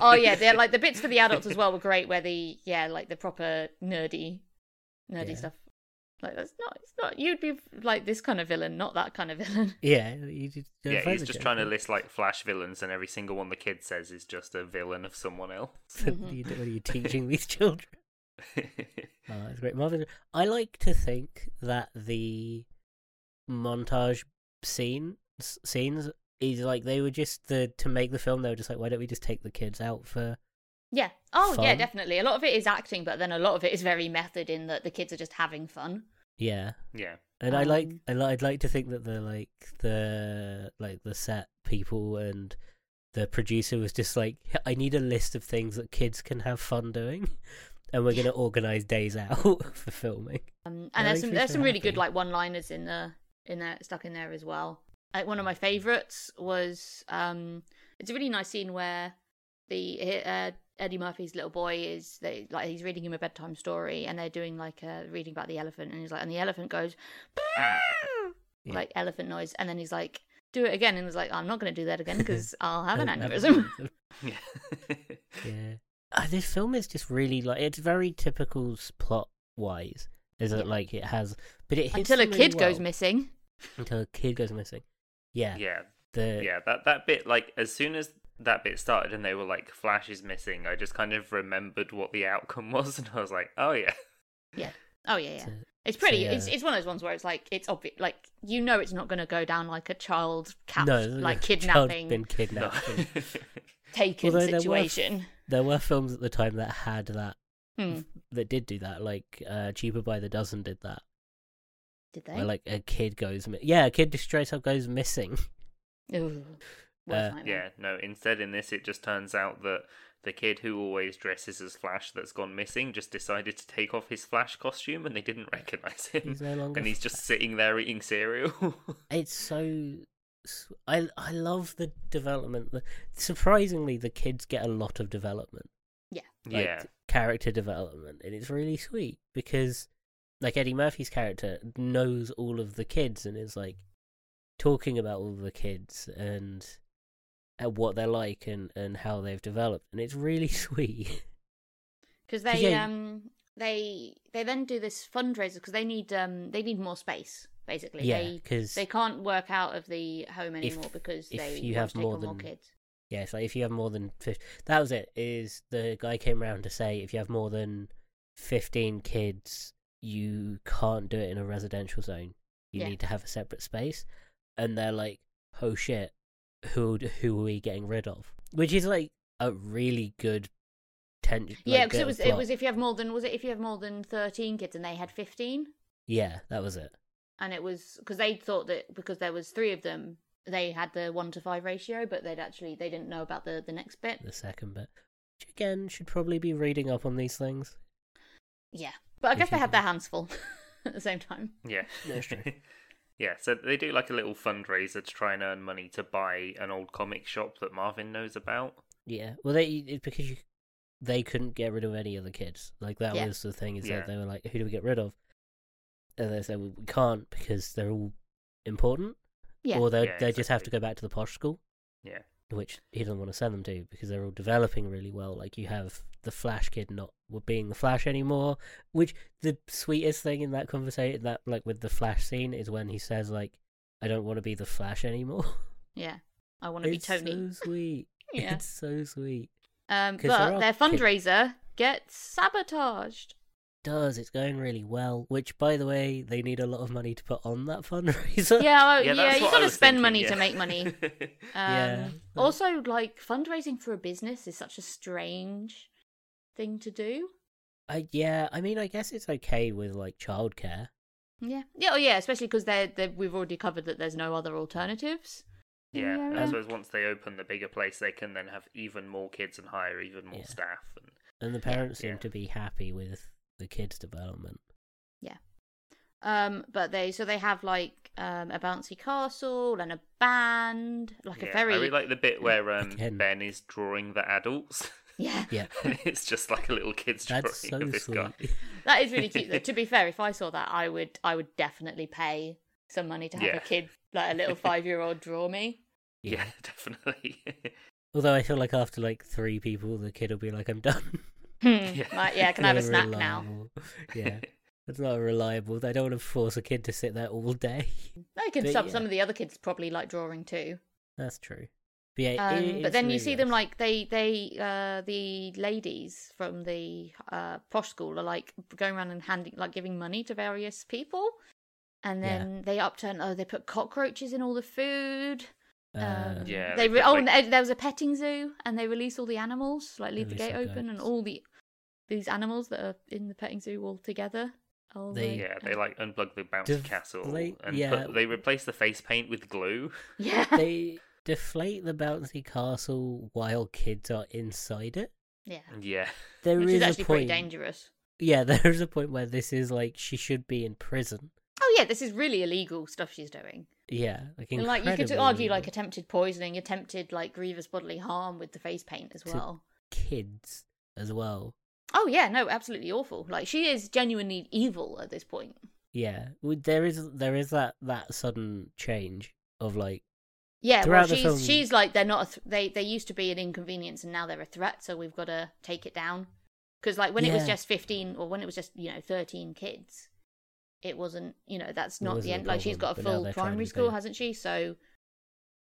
Speaker 3: Oh yeah, they're like the bits for the adults as well were great where the yeah, like the proper nerdy nerdy
Speaker 2: Yeah.
Speaker 3: stuff. Like that's not. It's not. You'd be like this kind of villain, not that kind of villain.
Speaker 2: Yeah, you did.
Speaker 1: Yeah, he's just trying to list like Flash villains, and every single one the kid says is just a villain of someone else.
Speaker 2: what, are you, what are you
Speaker 3: Mm-hmm.
Speaker 2: teaching these children? Oh, that's great. Marvin, I like to think that the montage scene s- scenes is like they were just the to make the film. They were just like, why don't we just take the kids out for?
Speaker 3: Yeah. Oh, yeah,
Speaker 2: Fun.
Speaker 3: definitely. A lot of it is acting, but then a lot of it is very method in that the kids are just having fun.
Speaker 2: Yeah,
Speaker 1: yeah,
Speaker 2: and I like
Speaker 3: Um,
Speaker 2: I li- I'd like to think that the like the like the set people and the producer was just like, I need a list of things that kids can have fun doing, and we're gonna organize days out for filming.
Speaker 3: Um,
Speaker 2: That
Speaker 3: and
Speaker 2: makes
Speaker 3: there's some
Speaker 2: me
Speaker 3: there's
Speaker 2: so
Speaker 3: some really good
Speaker 2: happy.
Speaker 3: like one-liners in the in there stuck in there as well. Like one of my favorites was um it's a really nice scene where the uh, Eddie Murphy's little boy is they like he's reading him a bedtime story and they're doing like a reading about the elephant and he's like and the elephant goes
Speaker 2: Yeah.
Speaker 3: like elephant noise and then he's like do it again and he's like I'm not going to do that again because I'll have an
Speaker 2: Um,
Speaker 3: aneurysm.
Speaker 1: yeah.
Speaker 2: Yeah. Uh, this film is just really like it's very typical plot wise, is it? Like it has, but it hits
Speaker 3: Until a
Speaker 2: them really
Speaker 3: kid goes
Speaker 2: well.
Speaker 3: missing.
Speaker 2: Until a kid goes missing. Yeah.
Speaker 1: yeah,
Speaker 2: The
Speaker 1: yeah. That that bit, like, as soon as that bit started, and they were like, "Flash is missing," I just kind of remembered what the outcome was, and I was like, "Oh yeah,
Speaker 3: Oh yeah, yeah.
Speaker 2: So-
Speaker 3: It's pretty.
Speaker 2: yeah.
Speaker 3: It's it's one of those ones where it's like it's obvious, like you know, it's not going to go down like a child cap,
Speaker 2: no,
Speaker 3: like
Speaker 2: the child's
Speaker 3: kidnapping,
Speaker 2: been
Speaker 1: no."
Speaker 2: kidnapped. and
Speaker 3: taken
Speaker 2: Although there were-
Speaker 3: situation.
Speaker 2: there were films at the time that had that,
Speaker 3: Hmm.
Speaker 2: that did do that. Like uh, Cheaper by the Dozen did that.
Speaker 3: Did they?
Speaker 2: Where like a kid goes, mi- yeah, a kid just straight up goes missing.
Speaker 3: Ooh,
Speaker 2: Uh,
Speaker 3: worst nightmare.
Speaker 1: yeah, no. Instead, in this, it just turns out that the kid who always dresses as Flash that's gone missing just decided to take off his Flash costume, and they didn't recognize him.
Speaker 2: He's no longer.
Speaker 1: and he's just sitting there eating cereal.
Speaker 2: it's so s- I I love the development. The- Surprisingly, the kids get a lot of development, like
Speaker 1: yeah,
Speaker 2: character development, and it's really sweet because like Eddie Murphy's character knows all of the kids and is like talking about all the kids and and what they're like and and how they've developed, and it's really sweet. 'Cause,
Speaker 3: because they
Speaker 2: yeah, you-
Speaker 3: um they they then do this fundraiser because they need um they need more space basically.
Speaker 2: yeah,
Speaker 3: they,
Speaker 2: because
Speaker 3: they can't work out of the home anymore because
Speaker 2: if
Speaker 3: they
Speaker 2: you
Speaker 3: want
Speaker 2: have
Speaker 3: to take
Speaker 2: more
Speaker 3: on more
Speaker 2: than-
Speaker 3: kids.
Speaker 2: Yeah, it's like if you have more than fifty. That was it. Is the guy came round to say if you have more than fifteen kids, you can't do it in a residential zone. You
Speaker 3: Yeah.
Speaker 2: need to have a separate space. And they're like, "Oh shit, who who are we getting rid of?" Which is like a really good tension.
Speaker 3: yeah, because it was it was if you have more than was it if you have more than thirteen kids and they had fifteen.
Speaker 2: yeah, that was it.
Speaker 3: and it was because they thought that because there was three of them they had the one to five ratio but they'd actually they didn't know about the the next bit
Speaker 2: The second bit, which again should probably be reading up on these things.
Speaker 3: yeah but i
Speaker 2: If
Speaker 3: guess they
Speaker 2: you
Speaker 3: had
Speaker 2: can-
Speaker 3: their hands full at the same time
Speaker 1: yeah.
Speaker 2: That's true.
Speaker 1: yeah, so they do like a little fundraiser to try and earn money to buy an old comic shop that Marvin knows about.
Speaker 2: Yeah, well, they it's because you, they couldn't get rid of any of the kids. Like that
Speaker 3: Yeah.
Speaker 2: was the thing is
Speaker 1: Yeah.
Speaker 2: that they were like, who do we get rid of? And they said well, we can't because they're all important,
Speaker 3: yeah
Speaker 2: or they
Speaker 1: Yeah,
Speaker 2: they just have to
Speaker 1: exactly.
Speaker 2: go back to the posh school,
Speaker 1: Yeah,
Speaker 2: which he doesn't want to send them to because they're all developing really well. Like you have the Flash kid not being the Flash anymore, which the sweetest thing in that conversation that like with the Flash scene is when he says like, I don't want to be the Flash anymore.
Speaker 3: yeah i want to be
Speaker 2: it's
Speaker 3: tony
Speaker 2: so sweet.
Speaker 3: yeah
Speaker 2: It's so sweet.
Speaker 3: um
Speaker 2: 'cause there
Speaker 3: but
Speaker 2: are
Speaker 3: their
Speaker 2: kid-
Speaker 3: fundraiser gets sabotaged
Speaker 2: does. It's going really well. Which, by the way, they need a lot of money to put on that fundraiser.
Speaker 3: yeah well,
Speaker 1: yeah,
Speaker 3: Oh, yeah,
Speaker 1: that's
Speaker 3: you
Speaker 1: what I
Speaker 3: gotta
Speaker 1: was
Speaker 3: spend
Speaker 1: thinking,
Speaker 3: money
Speaker 1: yeah.
Speaker 3: to make money um
Speaker 2: Yeah.
Speaker 3: also like fundraising for a business is such a strange thing to do
Speaker 2: I, yeah. I mean, I guess it's okay with like childcare.
Speaker 3: yeah yeah oh yeah especially because they're, they're we've already covered that there's no other alternatives
Speaker 1: yeah, and I
Speaker 3: Yeah.
Speaker 1: suppose once they open the bigger place, they can then have even more kids and hire even more
Speaker 2: Yeah.
Speaker 1: staff. And
Speaker 2: and the parents
Speaker 1: Yeah.
Speaker 2: seem to be happy with the kids' development.
Speaker 3: Um, but they so they have like um a bouncy castle and a band, like
Speaker 1: yeah,
Speaker 3: a very
Speaker 1: I really like the bit where um,
Speaker 2: Again.
Speaker 1: Ben is drawing the adults.
Speaker 3: yeah.
Speaker 2: Yeah,
Speaker 1: and it's just like a little kid's drawing
Speaker 2: that's so
Speaker 1: of this
Speaker 2: sweet.
Speaker 1: guy.
Speaker 3: That is really cute. though. to be fair, if I saw that, I would I would definitely pay some money to have
Speaker 1: Yeah.
Speaker 3: a kid like a little five year old draw me.
Speaker 1: Yeah,
Speaker 2: Yeah.
Speaker 1: definitely.
Speaker 2: Although I feel like after like three people, the kid will be like, "I'm done."
Speaker 3: Hmm.
Speaker 1: Yeah.
Speaker 3: Like, yeah, can I have a
Speaker 2: They're
Speaker 3: snack now?
Speaker 2: reliable. yeah, It's not reliable. They don't want to force a kid to sit there all day.
Speaker 3: I can
Speaker 2: But
Speaker 3: sub
Speaker 2: yeah.
Speaker 3: some of the other kids probably like drawing too.
Speaker 2: That's true. But, yeah,
Speaker 3: Um,
Speaker 2: it-
Speaker 3: but
Speaker 2: it's
Speaker 3: then you
Speaker 2: really
Speaker 3: see them
Speaker 2: nice.
Speaker 3: like they they uh, the ladies from the uh, posh school are like going around and handing like giving money to various people, and
Speaker 2: Yeah.
Speaker 3: then they upturn. Oh, they put cockroaches in all the food.
Speaker 2: Uh,
Speaker 3: um,
Speaker 1: Yeah,
Speaker 3: They
Speaker 1: they
Speaker 3: re-
Speaker 1: put,
Speaker 3: oh,
Speaker 1: like-
Speaker 3: and there was a petting zoo, and they release all the animals. Like leave the
Speaker 2: Release
Speaker 3: gate
Speaker 2: the
Speaker 3: open, and
Speaker 2: goats.
Speaker 3: all the these animals that are in the petting zoo all together. Oh,
Speaker 2: They-
Speaker 1: Yeah, they like unplug the bounce
Speaker 2: Def-
Speaker 1: castle
Speaker 2: like,
Speaker 1: and
Speaker 2: yeah.
Speaker 1: put, they replace the face paint with glue.
Speaker 3: yeah,
Speaker 2: they deflate the bouncy castle while kids are inside it.
Speaker 3: yeah.
Speaker 1: Yeah,
Speaker 2: There is
Speaker 3: Which is
Speaker 2: a
Speaker 3: actually
Speaker 2: point.
Speaker 3: pretty dangerous.
Speaker 2: Yeah, there is a point where this is like she should be in prison.
Speaker 3: Oh yeah, this is really illegal stuff she's doing.
Speaker 2: Yeah, like
Speaker 3: And, like you could
Speaker 2: incredibly
Speaker 3: argue like
Speaker 2: illegal.
Speaker 3: attempted poisoning, attempted like grievous bodily harm with the face paint as
Speaker 2: To-
Speaker 3: well.
Speaker 2: kids as well.
Speaker 3: Oh yeah, no, absolutely awful. Like she is genuinely evil at this point.
Speaker 2: Yeah, Well, there is there is that that sudden change of like
Speaker 3: Yeah, well,
Speaker 2: Throughout the
Speaker 3: she's
Speaker 2: film-
Speaker 3: she's like they're not a th- they they used to be an inconvenience and now they're a threat, so we've got to take it down. Because like when it was
Speaker 2: Yeah.
Speaker 3: just fifteen or when it was just you know thirteen kids, it wasn't you know that's
Speaker 2: It
Speaker 3: not the
Speaker 2: wasn't a
Speaker 3: end. Like she's
Speaker 2: problem,
Speaker 3: got a
Speaker 2: but now
Speaker 3: full
Speaker 2: they're trying
Speaker 3: primary
Speaker 2: to
Speaker 3: school,
Speaker 2: be-
Speaker 3: hasn't she? So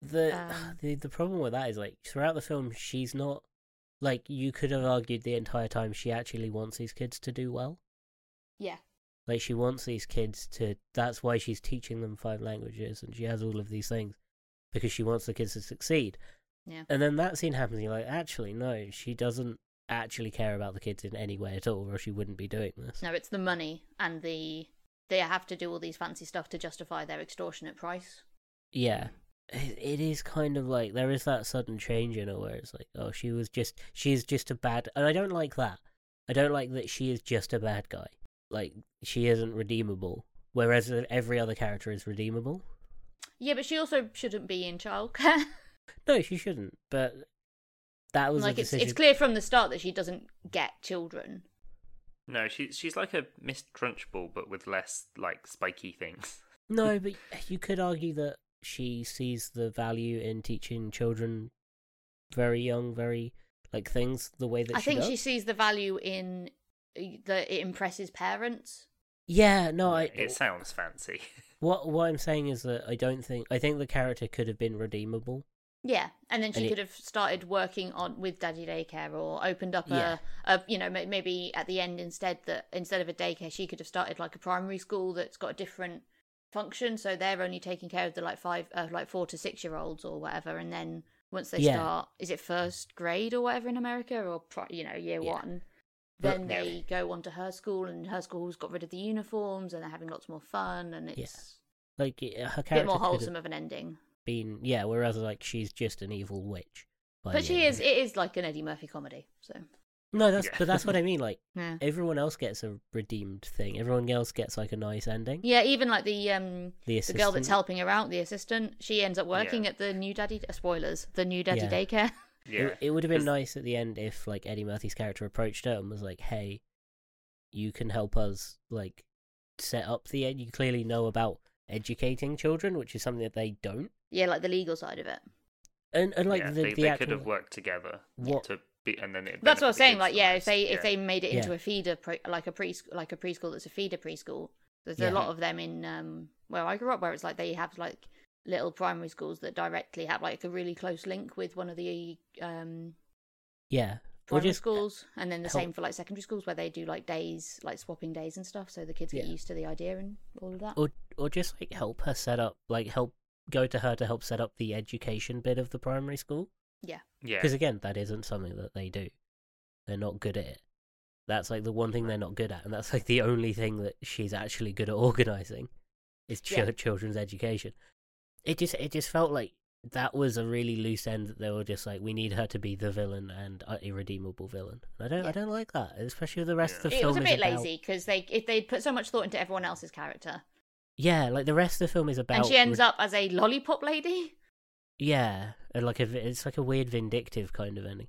Speaker 2: the,
Speaker 3: Um,
Speaker 2: the the problem with that is like throughout the film she's not like you could have argued the entire time she actually wants these kids to do well.
Speaker 3: yeah,
Speaker 2: Like she wants these kids to. That's why she's teaching them five languages and she has all of these things because she wants the kids to succeed.
Speaker 3: yeah,
Speaker 2: And then that scene happens, and you're like, actually, no, she doesn't actually care about the kids in any way at all, or she wouldn't be doing this.
Speaker 3: No, it's the money and the they have to do all these fancy stuff to justify their extortionate price.
Speaker 2: Yeah. It it is kind of like there is that sudden change in her where it's like, oh, she was just she's just a bad, and I don't like that. I don't like that she is just a bad guy. Like she isn't redeemable, whereas every other character is redeemable.
Speaker 3: Yeah, but she also shouldn't be in childcare.
Speaker 2: No, she shouldn't. But that was
Speaker 3: like
Speaker 2: a
Speaker 3: it's
Speaker 2: decision.
Speaker 3: it's clear from the start that she doesn't get children.
Speaker 1: no, she's she's like a Miss Trunchbull but with less like spiky things.
Speaker 2: No, but you could argue that she sees the value in teaching children very young, very like things the way that
Speaker 3: I
Speaker 2: she
Speaker 3: think
Speaker 2: does.
Speaker 3: she sees the value in uh, that it impresses parents.
Speaker 2: Yeah, no, I.
Speaker 1: it sounds fancy.
Speaker 2: What what I'm saying is that I don't think I think the character could have been redeemable.
Speaker 3: Yeah, and then she
Speaker 2: And it-
Speaker 3: could have started working on with daddy daycare or opened up
Speaker 2: Yeah.
Speaker 3: a, a you know ma- maybe at the end instead that instead of a daycare she could have started like a primary school that's got a different function so they're only taking care of the like five uh, like 4 to 6 year olds or whatever and then once they
Speaker 2: Yeah.
Speaker 3: start is it first grade or whatever in America or pro- you know year
Speaker 2: Yeah.
Speaker 3: 1
Speaker 2: But-
Speaker 3: then they go on to her school and her school's got rid of the uniforms and they're having lots more fun and
Speaker 2: Yeah.
Speaker 3: it's
Speaker 2: Like it- her
Speaker 3: a bit
Speaker 2: character
Speaker 3: more
Speaker 2: could
Speaker 3: wholesome
Speaker 2: have
Speaker 3: of an ending
Speaker 2: been yeah. Whereas like she's just an evil witch. by
Speaker 3: but
Speaker 2: the
Speaker 3: she
Speaker 2: end
Speaker 3: is
Speaker 2: of it.
Speaker 3: it is like an Eddie Murphy comedy so
Speaker 2: No, that's
Speaker 1: Yeah.
Speaker 2: but that's what I mean. Like
Speaker 3: yeah
Speaker 2: everyone else gets a redeemed thing. Everyone else gets like a nice ending.
Speaker 3: Yeah, even like the um
Speaker 2: The
Speaker 3: the girl that's
Speaker 2: assistant-
Speaker 3: helping her out, the assistant, she ends up working
Speaker 1: Yeah.
Speaker 3: at the new daddy uh, spoilers, the new daddy
Speaker 2: Yeah.
Speaker 3: daycare.
Speaker 1: Yeah,
Speaker 2: It, it would have been
Speaker 1: 'cause-
Speaker 2: nice at the end if like Eddie Murphy's character approached her and was like, "Hey, you can help us like set up the ed. You clearly know about educating children, which is something that they don't."
Speaker 3: yeah, like the legal side of it.
Speaker 2: And and like
Speaker 1: yeah,
Speaker 2: the
Speaker 1: they,
Speaker 2: the
Speaker 1: they
Speaker 2: actual
Speaker 1: could have worked together
Speaker 2: What-
Speaker 1: to be, and then it benefit
Speaker 3: That's what I'm
Speaker 1: the
Speaker 3: saying.
Speaker 1: kids
Speaker 3: Like,
Speaker 1: the
Speaker 3: yeah, if
Speaker 1: most.
Speaker 3: they if
Speaker 1: Yeah.
Speaker 3: they made it into
Speaker 2: Yeah.
Speaker 3: a feeder, pre- like a pre like a preschool that's a feeder preschool. There's
Speaker 2: Yeah.
Speaker 3: a lot of them in um where I grew up, where it's like they have like little primary schools that directly have like a really close link with one of the um
Speaker 2: yeah or
Speaker 3: primary
Speaker 2: just
Speaker 3: schools, and then the
Speaker 2: help-
Speaker 3: same for like secondary schools where they do like days, like swapping days and stuff, so the kids get
Speaker 2: Yeah.
Speaker 3: used to the idea and all of that.
Speaker 2: or or just like help her set up like help go to her to help set up the education bit of the primary school
Speaker 3: yeah.
Speaker 1: yeah,
Speaker 2: because again that isn't something that they do. They're not good at it. That's like the one thing they're not good at, and that's like the only thing that she's actually good at organizing is chil-
Speaker 3: Yeah.
Speaker 2: children's education. It just it just felt like that was a really loose end that they were just like we need her to be the villain and uh, irredeemable villain. And I don't
Speaker 3: Yeah.
Speaker 2: I don't like that, especially with the rest
Speaker 1: Yeah.
Speaker 2: of the
Speaker 3: it
Speaker 2: film.
Speaker 3: was a
Speaker 2: is
Speaker 3: bit
Speaker 2: about-
Speaker 3: lazy because they if they'd put so much thought into everyone else's character
Speaker 2: Yeah, like the rest of the film is about
Speaker 3: and she ends
Speaker 2: re-
Speaker 3: up as a lollipop lady
Speaker 2: Yeah, and like a vi- it's like a weird vindictive kind of ending,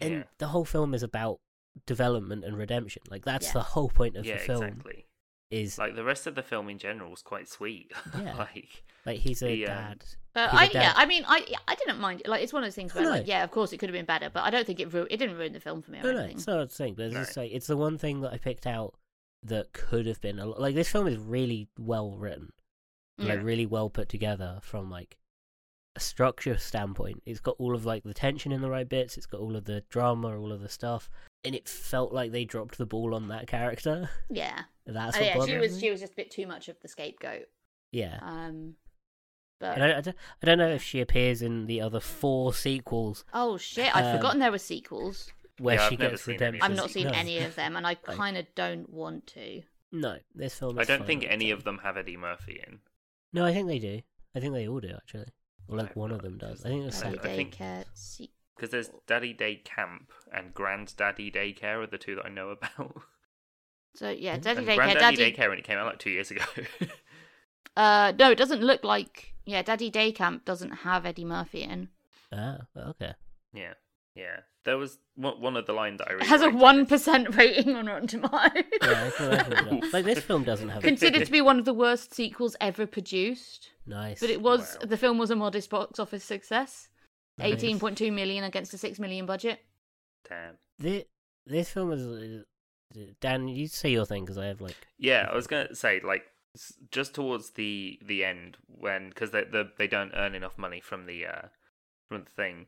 Speaker 2: and
Speaker 1: Yeah.
Speaker 2: the whole film is about development and redemption. Like that's
Speaker 3: Yeah.
Speaker 2: the whole point of
Speaker 1: yeah,
Speaker 2: the film.
Speaker 1: exactly.
Speaker 2: Is
Speaker 1: Like the rest of the film in general is quite sweet.
Speaker 2: Yeah.
Speaker 1: like
Speaker 2: like he's a
Speaker 1: the, um,
Speaker 2: dad.
Speaker 3: but
Speaker 2: he's a
Speaker 3: Uh, I, yeah
Speaker 2: dad.
Speaker 3: i mean i i didn't mind it. like it's one of those things where
Speaker 2: No.
Speaker 3: like yeah of course it could have been better but i don't think it ru- it didn't ruin the film for me or
Speaker 2: no, no,
Speaker 3: anything
Speaker 2: it's not a thing. But it's
Speaker 1: No.
Speaker 2: just like it's the one thing that I picked out that could have been a lot. Like this film is really well written,
Speaker 1: Yeah.
Speaker 2: like really well put together from like a structure standpoint. It's got all of like the tension in the right bits. It's got all of the drama, all of the stuff, and it felt like they dropped the ball on that character.
Speaker 3: Yeah.
Speaker 2: That's
Speaker 3: Oh,
Speaker 2: what
Speaker 3: yeah, she
Speaker 2: bothered
Speaker 3: was
Speaker 2: me.
Speaker 3: she was just a bit too much of the scapegoat.
Speaker 2: Yeah,
Speaker 3: Um,
Speaker 2: and I,
Speaker 3: but
Speaker 2: I don't, I don't know if she appears in the other four sequels
Speaker 3: oh shit, I'd
Speaker 2: Um,
Speaker 3: forgotten there were sequels.
Speaker 2: where
Speaker 1: Yeah, I've
Speaker 2: she
Speaker 1: never
Speaker 2: gets
Speaker 1: seen any of
Speaker 2: redemption.
Speaker 1: It's
Speaker 3: I've not
Speaker 1: just-
Speaker 3: seen
Speaker 2: No.
Speaker 3: any of them, and I
Speaker 2: Like-
Speaker 3: kind of don't want to.
Speaker 2: No, this film.
Speaker 1: I
Speaker 2: is
Speaker 1: don't
Speaker 2: fine
Speaker 1: think
Speaker 2: on its
Speaker 1: any
Speaker 2: own.
Speaker 1: of them have Eddie Murphy in.
Speaker 2: No, I think they do. I think they all do actually. Or like
Speaker 1: I've
Speaker 2: one of
Speaker 1: not-
Speaker 2: them does. I think it's
Speaker 1: I- I
Speaker 2: Saturday.
Speaker 3: Saturday
Speaker 1: think-
Speaker 3: Care se-
Speaker 1: Because there's Daddy Day Camp and Granddaddy Daycare are the two that I know about.
Speaker 3: So yeah,
Speaker 2: And
Speaker 3: Daddy
Speaker 1: and
Speaker 3: Daycare.
Speaker 1: Granddaddy
Speaker 3: Daddy.
Speaker 1: Daycare, when it came out like two years ago.
Speaker 3: Uh, no, it doesn't look like. Yeah, Daddy Day Camp doesn't have Eddie Murphy in.
Speaker 2: Ah, well, okay.
Speaker 1: yeah, yeah. There was one, one of the line that I
Speaker 3: It
Speaker 1: really
Speaker 3: has a
Speaker 1: liked.
Speaker 3: one percent rating on Rotten Tomatoes.
Speaker 2: Yeah, I can imagine that. like this film doesn't have a
Speaker 1: Con-
Speaker 3: Considered to be one of the worst sequels ever produced,
Speaker 2: nice.
Speaker 3: but it was
Speaker 1: Wow.
Speaker 3: the film was a modest box office success,
Speaker 2: Nice.
Speaker 3: eighteen point two million against a six million budget.
Speaker 1: Damn.
Speaker 2: This, this film is. Dan, you say your thing because I have like.
Speaker 1: Yeah, I was gonna say like s- just towards the the end when because they the, they don't earn enough money from the uh from the thing,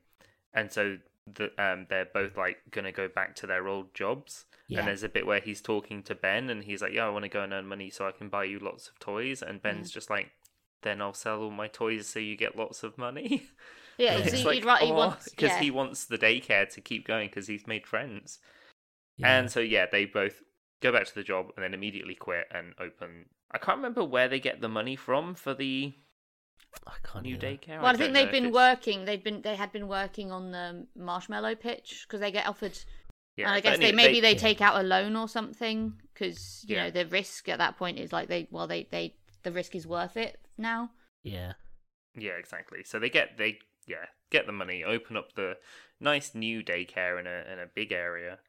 Speaker 1: and so the um they're both like gonna go back to their old jobs.
Speaker 2: Yeah.
Speaker 1: And there's a bit where he's talking to Ben and he's like, "Yeah, I want to go and earn money so I can buy you lots of toys," and Ben's just like. Then I'll sell all my toys so you get lots of money.
Speaker 3: Yeah,
Speaker 2: Yeah.
Speaker 3: so
Speaker 2: It's
Speaker 3: you'd right. He wants
Speaker 1: because
Speaker 3: yeah.
Speaker 1: oh, he wants the daycare to keep going because he's made friends.
Speaker 2: Yeah.
Speaker 1: And so yeah, they both go back to the job and then immediately quit and open. I can't remember where they get the money from for the
Speaker 2: I can't.
Speaker 1: new
Speaker 2: New day.
Speaker 1: daycare.
Speaker 3: Well, I, think
Speaker 1: don't
Speaker 3: they've
Speaker 1: know if
Speaker 3: been
Speaker 1: it's-
Speaker 3: working. They've been they had been working on the marshmallow pitch because they get offered.
Speaker 1: Yeah,
Speaker 3: and I
Speaker 1: but
Speaker 3: guess
Speaker 1: anyway,
Speaker 3: they maybe they,
Speaker 2: Yeah.
Speaker 3: take out a loan or something because you
Speaker 1: Yeah.
Speaker 3: know the risk at that point is like they well they they the risk is worth it now.
Speaker 2: Yeah.
Speaker 1: Yeah, exactly. So they get they yeah get the money, open up the nice new daycare in a in a big area.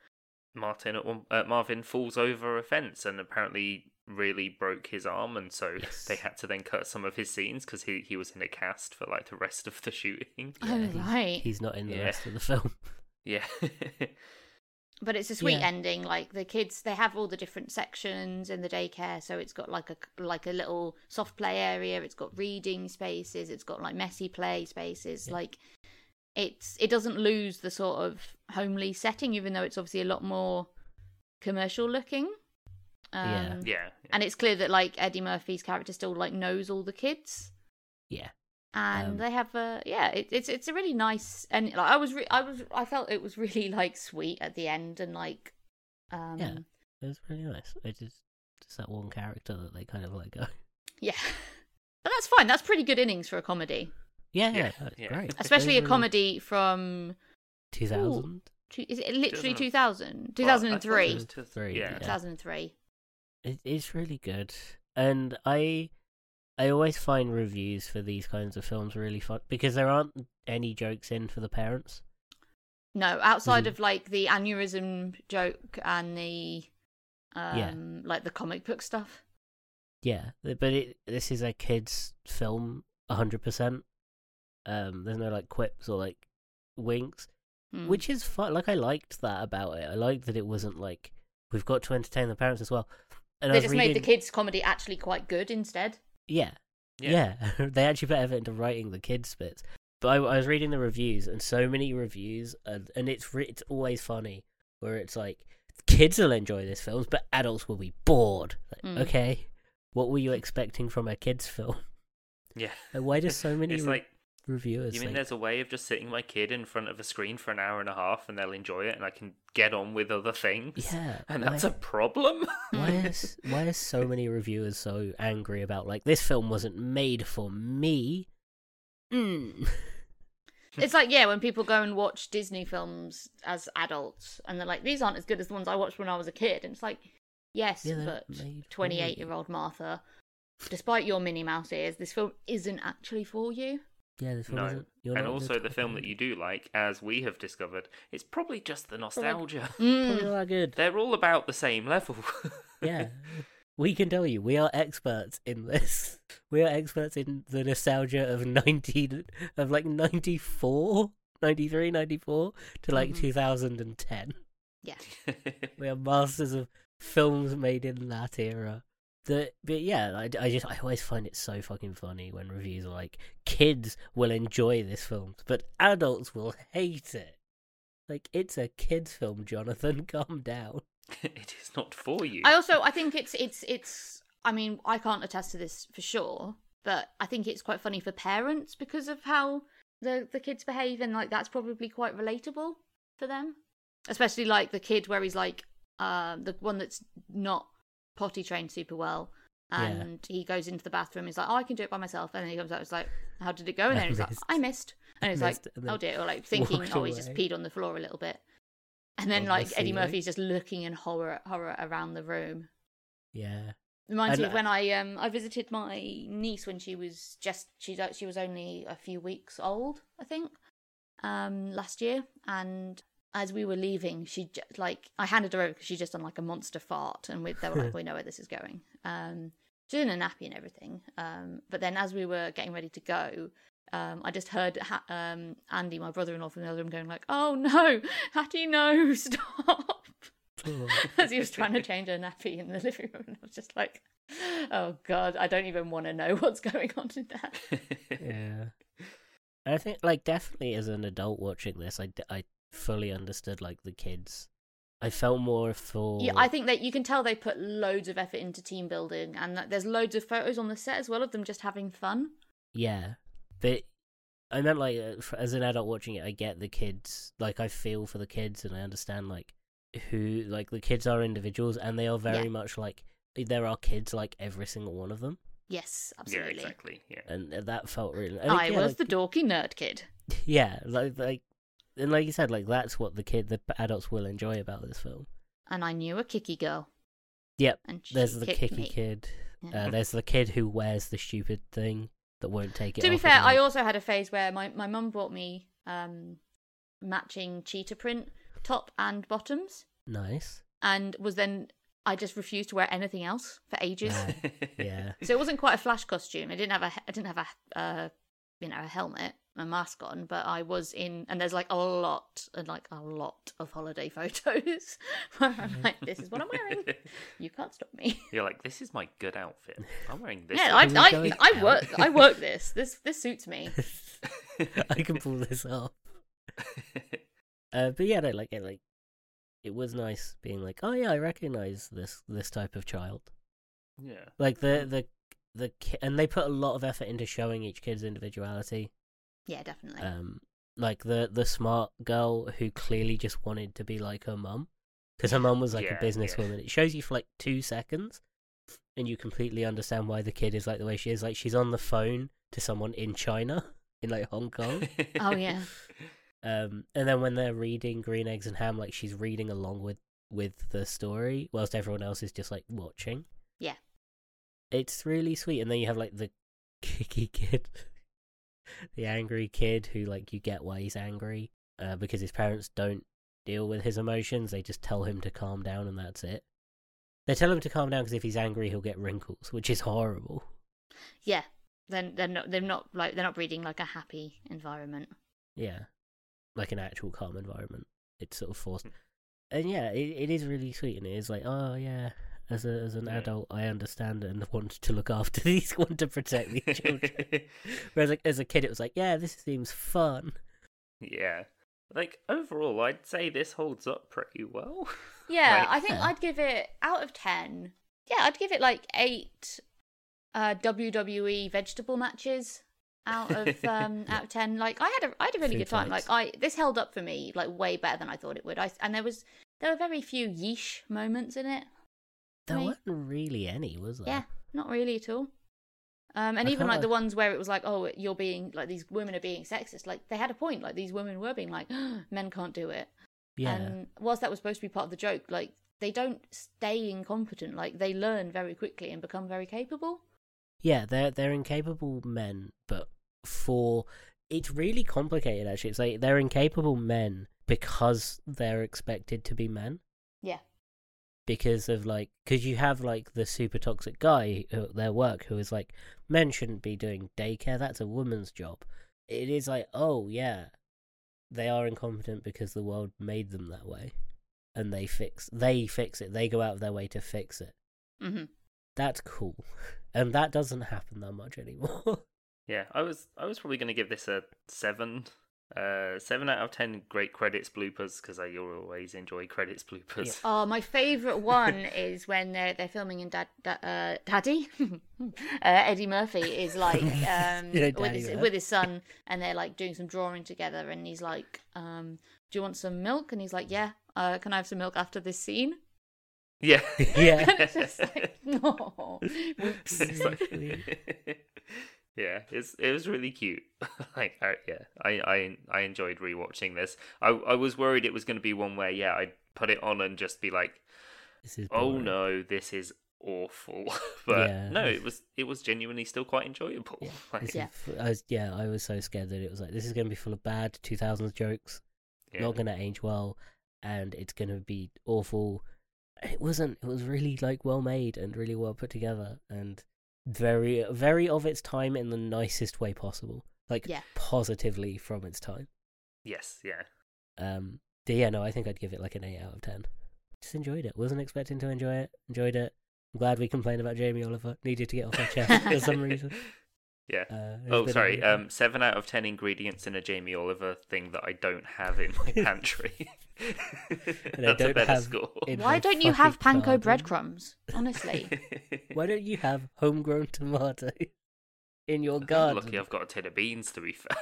Speaker 1: Martin at one, uh, Marvin falls over a fence and apparently really broke his arm, and so
Speaker 2: Yes.
Speaker 1: they had to then cut some of his scenes because he he was in a cast for like the rest of the shooting.
Speaker 3: Oh,
Speaker 2: Yeah, he's-
Speaker 3: right.
Speaker 2: He's not in the
Speaker 1: Yeah.
Speaker 2: rest of the film.
Speaker 1: Yeah,
Speaker 3: But it's a sweet
Speaker 2: Yeah.
Speaker 3: ending. Like the kids, they have all the different sections in the daycare. So it's got like a like a little soft play area. It's got reading spaces. It's got like messy play spaces.
Speaker 2: Yeah.
Speaker 3: Like it's it doesn't lose the sort of homely setting, even though it's obviously a lot more commercial looking.
Speaker 2: Yeah.
Speaker 3: Um,
Speaker 1: yeah,
Speaker 3: And it's clear that like Eddie Murphy's character still like knows all the kids,
Speaker 2: Yeah.
Speaker 3: and
Speaker 2: Um,
Speaker 3: they have a yeah. It, it's it's a really nice and like I was re- I was I felt it was really like sweet at the end and like um
Speaker 2: Yeah. It was really nice. It just just that one character that they kind of let go.
Speaker 3: yeah. But that's fine. That's pretty good innings for a comedy,
Speaker 2: Yeah.
Speaker 1: Yeah,
Speaker 2: Yeah. that's
Speaker 1: yeah.
Speaker 2: Great.
Speaker 3: especially a
Speaker 2: Those were
Speaker 3: comedy from
Speaker 2: Two thousand.
Speaker 3: two- is it literally
Speaker 1: 2000?
Speaker 3: 2000?
Speaker 1: Well, I thought it
Speaker 3: 2003.
Speaker 1: was two-
Speaker 2: Three,
Speaker 1: Yeah,
Speaker 2: yeah.
Speaker 3: 2003.
Speaker 2: It, it's really good, and I I always find reviews for these kinds of films really fun because there aren't any jokes in for the parents.
Speaker 3: No, outside
Speaker 1: Mm-hmm.
Speaker 2: Mhm.
Speaker 3: of like the aneurysm joke and the um
Speaker 2: Yeah.
Speaker 3: like the comic book stuff.
Speaker 2: Yeah, th- but it this is a kids' film, hundred percent. Um, there's no like quips or like winks,
Speaker 3: Hmm.
Speaker 2: which is fun. Like I liked that about it. I liked that it wasn't like we've got to entertain the parents as well. And I
Speaker 3: they
Speaker 2: was
Speaker 3: just made the
Speaker 2: reading-
Speaker 3: kids comedy actually quite good instead.
Speaker 2: Yeah, Yeah, they actually put effort into writing the kids bits. But I, I was reading the reviews, and so many reviews, and, and it's re- it's always funny where it's like kids will enjoy this film, but adults will be bored. Like,
Speaker 1: Hmm.
Speaker 3: Mm.
Speaker 2: Okay, what were you expecting from a kids film?
Speaker 1: yeah.
Speaker 2: And why do so many
Speaker 1: It's
Speaker 2: re-
Speaker 1: like
Speaker 2: reviewers?
Speaker 1: You mean
Speaker 2: think-
Speaker 1: there's a way of just sitting my kid in front of a screen for an hour and a half and they'll enjoy it and I can get on with other things?
Speaker 2: Yeah,
Speaker 1: And that's
Speaker 2: why,
Speaker 1: a problem?
Speaker 2: why is why is so many reviewers so angry about like this film wasn't made for me?
Speaker 1: Hmm.
Speaker 2: Mm.
Speaker 3: it's like yeah, when people go and watch Disney films as adults, and they're like, "These aren't as good as the ones I watched when I was a kid," and it's like, "Yes,
Speaker 2: Yeah, they're
Speaker 3: but
Speaker 2: made for you."
Speaker 3: twenty-eight-year-old Martha, despite your Minnie Mouse ears, this film isn't actually for you."
Speaker 2: Yeah, this film
Speaker 1: no.
Speaker 2: isn't. you're
Speaker 1: And
Speaker 2: not
Speaker 1: also, the
Speaker 2: type
Speaker 1: film
Speaker 2: of-
Speaker 1: that you do like, as we have discovered, it's probably just the nostalgia.
Speaker 2: Probably
Speaker 3: Mm.
Speaker 2: not that good.
Speaker 1: They're all about the same level.
Speaker 2: yeah. We can tell you, we are experts in this. We are experts in the nostalgia of 19, of like 94, 93, 94 to like
Speaker 3: Mhm.
Speaker 2: 2010.
Speaker 3: Yeah,
Speaker 2: We are masters of films made in that era. The, but yeah, I, I just I always find it so fucking funny when reviews are like, kids will enjoy this film, but adults will hate it. Like it's a kids film, Jonathan. Calm down.
Speaker 1: it is not for you.
Speaker 3: I also I think it's it's it's I mean, I can't attest to this for sure, but I think it's quite funny for parents because of how the the kids behave and like that's probably quite relatable for them. Especially like the kid where he's like uh, the one that's not potty trained super well and he goes into the bathroom he's like, Oh, I can do it by myself and then he comes out, it's like, How did it go? And
Speaker 2: I
Speaker 3: then he's like,
Speaker 2: missed.
Speaker 3: I missed and
Speaker 2: I
Speaker 3: it's like,
Speaker 2: missed, and then
Speaker 3: Oh dear or like thinking,
Speaker 2: walked
Speaker 3: Oh, he just
Speaker 2: away.
Speaker 3: peed on the floor a little bit. And then
Speaker 2: On the
Speaker 3: like Eddie
Speaker 2: ceiling.
Speaker 3: Murphy's just looking in horror horror around the room.
Speaker 2: Yeah. And
Speaker 3: Reminds me
Speaker 2: I-
Speaker 3: of when I um I visited my niece when she was just she's o- she was only a few weeks old I think um last year and as we were leaving she ju- like I handed her over because she just done like a monster fart and we they were like we know where this is going um she's in a nappy and everything um but then as we were getting ready to go um I just heard ha- um Andy my brother-in-law from the other room going like oh no how do you know stop as he was trying to change her nappy in the living room. And I was just like, oh God, I don't even want to know what's going on in that.
Speaker 2: yeah. And I think, like, definitely as an adult watching this, I, d- I fully understood, like, the kids. I felt more for.
Speaker 3: Yeah, I think that you can tell they put loads of effort into team building and that there's loads of photos on the set as well of them just having fun.
Speaker 2: Yeah. But I meant, like, uh, f- as an adult watching it, I get the kids. Like, I feel for the kids and I understand, like, who. Like, the kids are individuals and they are very
Speaker 3: Yeah.
Speaker 2: much like. There are kids, like, every single one of them.
Speaker 3: Yes,
Speaker 1: yeah,
Speaker 3: absolutely.
Speaker 1: exactly. Yeah.
Speaker 2: And that felt really. I,
Speaker 3: I,
Speaker 2: think, yeah,
Speaker 3: was
Speaker 2: like,
Speaker 3: the dorky nerd kid.
Speaker 2: Yeah. Like, like. And like you said, like that's what the kid, the adults will enjoy about this film.
Speaker 3: And I knew a kicky girl.
Speaker 2: Yep.
Speaker 3: And she
Speaker 2: there's the
Speaker 3: kicked
Speaker 2: kicky
Speaker 3: me.
Speaker 2: kid.
Speaker 3: Yeah.
Speaker 2: Uh, there's the kid who wears the stupid thing that won't take it.
Speaker 3: to be
Speaker 2: off
Speaker 3: fair,
Speaker 2: at
Speaker 3: I
Speaker 2: night.
Speaker 3: also had a phase where my, my mum bought me um, matching cheetah print top and bottoms.
Speaker 2: nice.
Speaker 3: and was then I just refused to wear anything else for ages.
Speaker 2: Ah, yeah.
Speaker 3: so it wasn't quite a flash costume. I didn't have a he- I didn't have a uh, you know a helmet, a mask on, but I was in. And there's like a lot and like a lot of holiday photos where I'm like, this is what I'm wearing. You can't stop me.
Speaker 1: You're like, this is my good outfit. I'm wearing this.
Speaker 3: yeah, I,
Speaker 1: one.
Speaker 2: is
Speaker 3: I,
Speaker 2: going
Speaker 3: I
Speaker 2: out.
Speaker 3: work I work this. This this suits me.
Speaker 2: I can pull this off. Uh, but yeah, no, like it, like it was nice being like, oh yeah, I recognize this this type of child.
Speaker 1: yeah.
Speaker 2: Like the
Speaker 3: Mm.
Speaker 2: the the ki- and they put a lot of effort into showing each kid's individuality.
Speaker 3: Yeah, definitely.
Speaker 2: Um, like the the smart girl who clearly just wanted to be like her mum, because her mum was like
Speaker 1: Yeah,
Speaker 2: a
Speaker 1: yeah.
Speaker 2: businesswoman. It shows you for like two seconds, and you completely understand why the kid is like the way she is. Like she's on the phone to someone in China, in like Hong Kong.
Speaker 3: oh yeah,
Speaker 2: um, and then when they're reading Green Eggs and Ham, like she's reading along with with the story, whilst everyone else is just like watching.
Speaker 3: Yeah.
Speaker 2: it's really sweet. And then you have like the kicky kid, the angry kid who like you get why he's angry uh, because his parents don't deal with his emotions. They just tell him to calm down, and that's it. They tell him to calm down because if he's angry, he'll get wrinkles, which is horrible.
Speaker 3: yeah. Then they're not they're not like they're not breeding like a happy environment.
Speaker 2: Yeah, like an actual calm environment. It's sort of forced, and yeah, it, it is really sweet, and it is like, oh yeah, as a, as an
Speaker 1: Yeah.
Speaker 2: adult, I understand and want to look after these, want to protect these children. Whereas like as a kid, it was like, yeah, this seems fun.
Speaker 1: yeah. Like overall, I'd say this holds up pretty well.
Speaker 3: Yeah,
Speaker 1: Like-
Speaker 3: I think
Speaker 2: Yeah.
Speaker 3: I'd give it out of ten. Yeah, I'd give it like eight uh, WWE vegetable matches out of um, out of ten. Like I had a I had a really
Speaker 2: Food
Speaker 3: good time.
Speaker 2: fights.
Speaker 3: Like I this held up for me like way better than I thought it would. I and there was there were very few yeesh moments in it.
Speaker 2: There
Speaker 3: Right.
Speaker 2: weren't really any, was there?
Speaker 3: Yeah, not really at all. Um, and
Speaker 2: I
Speaker 3: even
Speaker 2: can't
Speaker 3: like the
Speaker 2: like-
Speaker 3: ones where it was like, oh, you're being like these women are being sexist. Like they had a point. Like these women were being like, men can't do it.
Speaker 2: Yeah.
Speaker 3: And whilst that was supposed to be part of the joke, like they don't stay incompetent. Like they learn very quickly and become very capable.
Speaker 2: Yeah, they're they're incapable men, but for it's really complicated actually. It's like they're incapable men because they're expected to be men.
Speaker 3: Yeah.
Speaker 2: Because of like, because you have like the super toxic guy who- at their work who is like, men shouldn't be doing daycare. That's a woman's job. It is like, oh yeah, they are incompetent because the world made them that way. and they fix they fix it. They go out of their way to fix it.
Speaker 3: hmm
Speaker 2: That's cool, and that doesn't happen that much anymore.
Speaker 1: Yeah, I was I was probably going to give this a seven, uh, seven out of ten. Great credits bloopers because I always enjoy credits bloopers.
Speaker 3: Oh, my favourite one is when they're they're filming and Dad, da, uh, Daddy uh, Eddie Murphy is like um,
Speaker 2: Yeah,
Speaker 3: with,
Speaker 2: Daddy
Speaker 3: his,
Speaker 2: Murphy.
Speaker 3: with his son, and they're like doing some drawing together, and he's like, um, "Do you want some milk?" And he's like, "Yeah, uh, can I have some milk after this scene?"
Speaker 1: Yeah.
Speaker 2: yeah,
Speaker 3: And it's just like, no, whoops.
Speaker 1: It's like-
Speaker 2: Exactly.
Speaker 1: yeah, it's it was really cute. like, I, yeah, I, I I enjoyed rewatching this. I I was worried it was going to be one where yeah, I'd put it on and just be like,
Speaker 2: this is
Speaker 1: oh
Speaker 2: boring.
Speaker 1: no, this is awful. but
Speaker 2: Yeah.
Speaker 1: no, it was it was genuinely still quite enjoyable.
Speaker 2: Yeah,
Speaker 1: Like,
Speaker 2: this is
Speaker 3: Yeah.
Speaker 2: fu- I was, yeah, I was so scared that it was like this is going to be full of bad 2000s jokes,
Speaker 1: yeah.
Speaker 2: not going to age well, and it's going to be awful. And It wasn't. It was really like well made and really well put together and very, very of its time in the nicest way possible. Like
Speaker 3: Yeah.
Speaker 2: positively from its time.
Speaker 1: Yes, yeah.
Speaker 2: Um, d- yeah, no, I think I'd give it like an eight out of ten. Just enjoyed it. Wasn't expecting to enjoy it. Enjoyed it. I'm glad we complained about Jamie Oliver. Needed to get off our chest for some reason.
Speaker 1: Yeah.
Speaker 2: Uh, it was a
Speaker 1: Oh,
Speaker 2: bit
Speaker 1: sorry.
Speaker 2: annoying.
Speaker 1: Um, seven out of ten ingredients in a Jamie Oliver thing that I don't have in my pantry.
Speaker 2: And I
Speaker 1: That's a
Speaker 2: don't
Speaker 1: better
Speaker 2: have
Speaker 1: score.
Speaker 2: in
Speaker 3: Why
Speaker 2: my
Speaker 3: don't you have
Speaker 2: fucking
Speaker 3: panko
Speaker 2: garden.
Speaker 3: breadcrumbs? Honestly,
Speaker 2: Why don't you have homegrown tomato in your
Speaker 1: I'm
Speaker 2: garden?
Speaker 1: lucky I've got a tin of beans to be fair.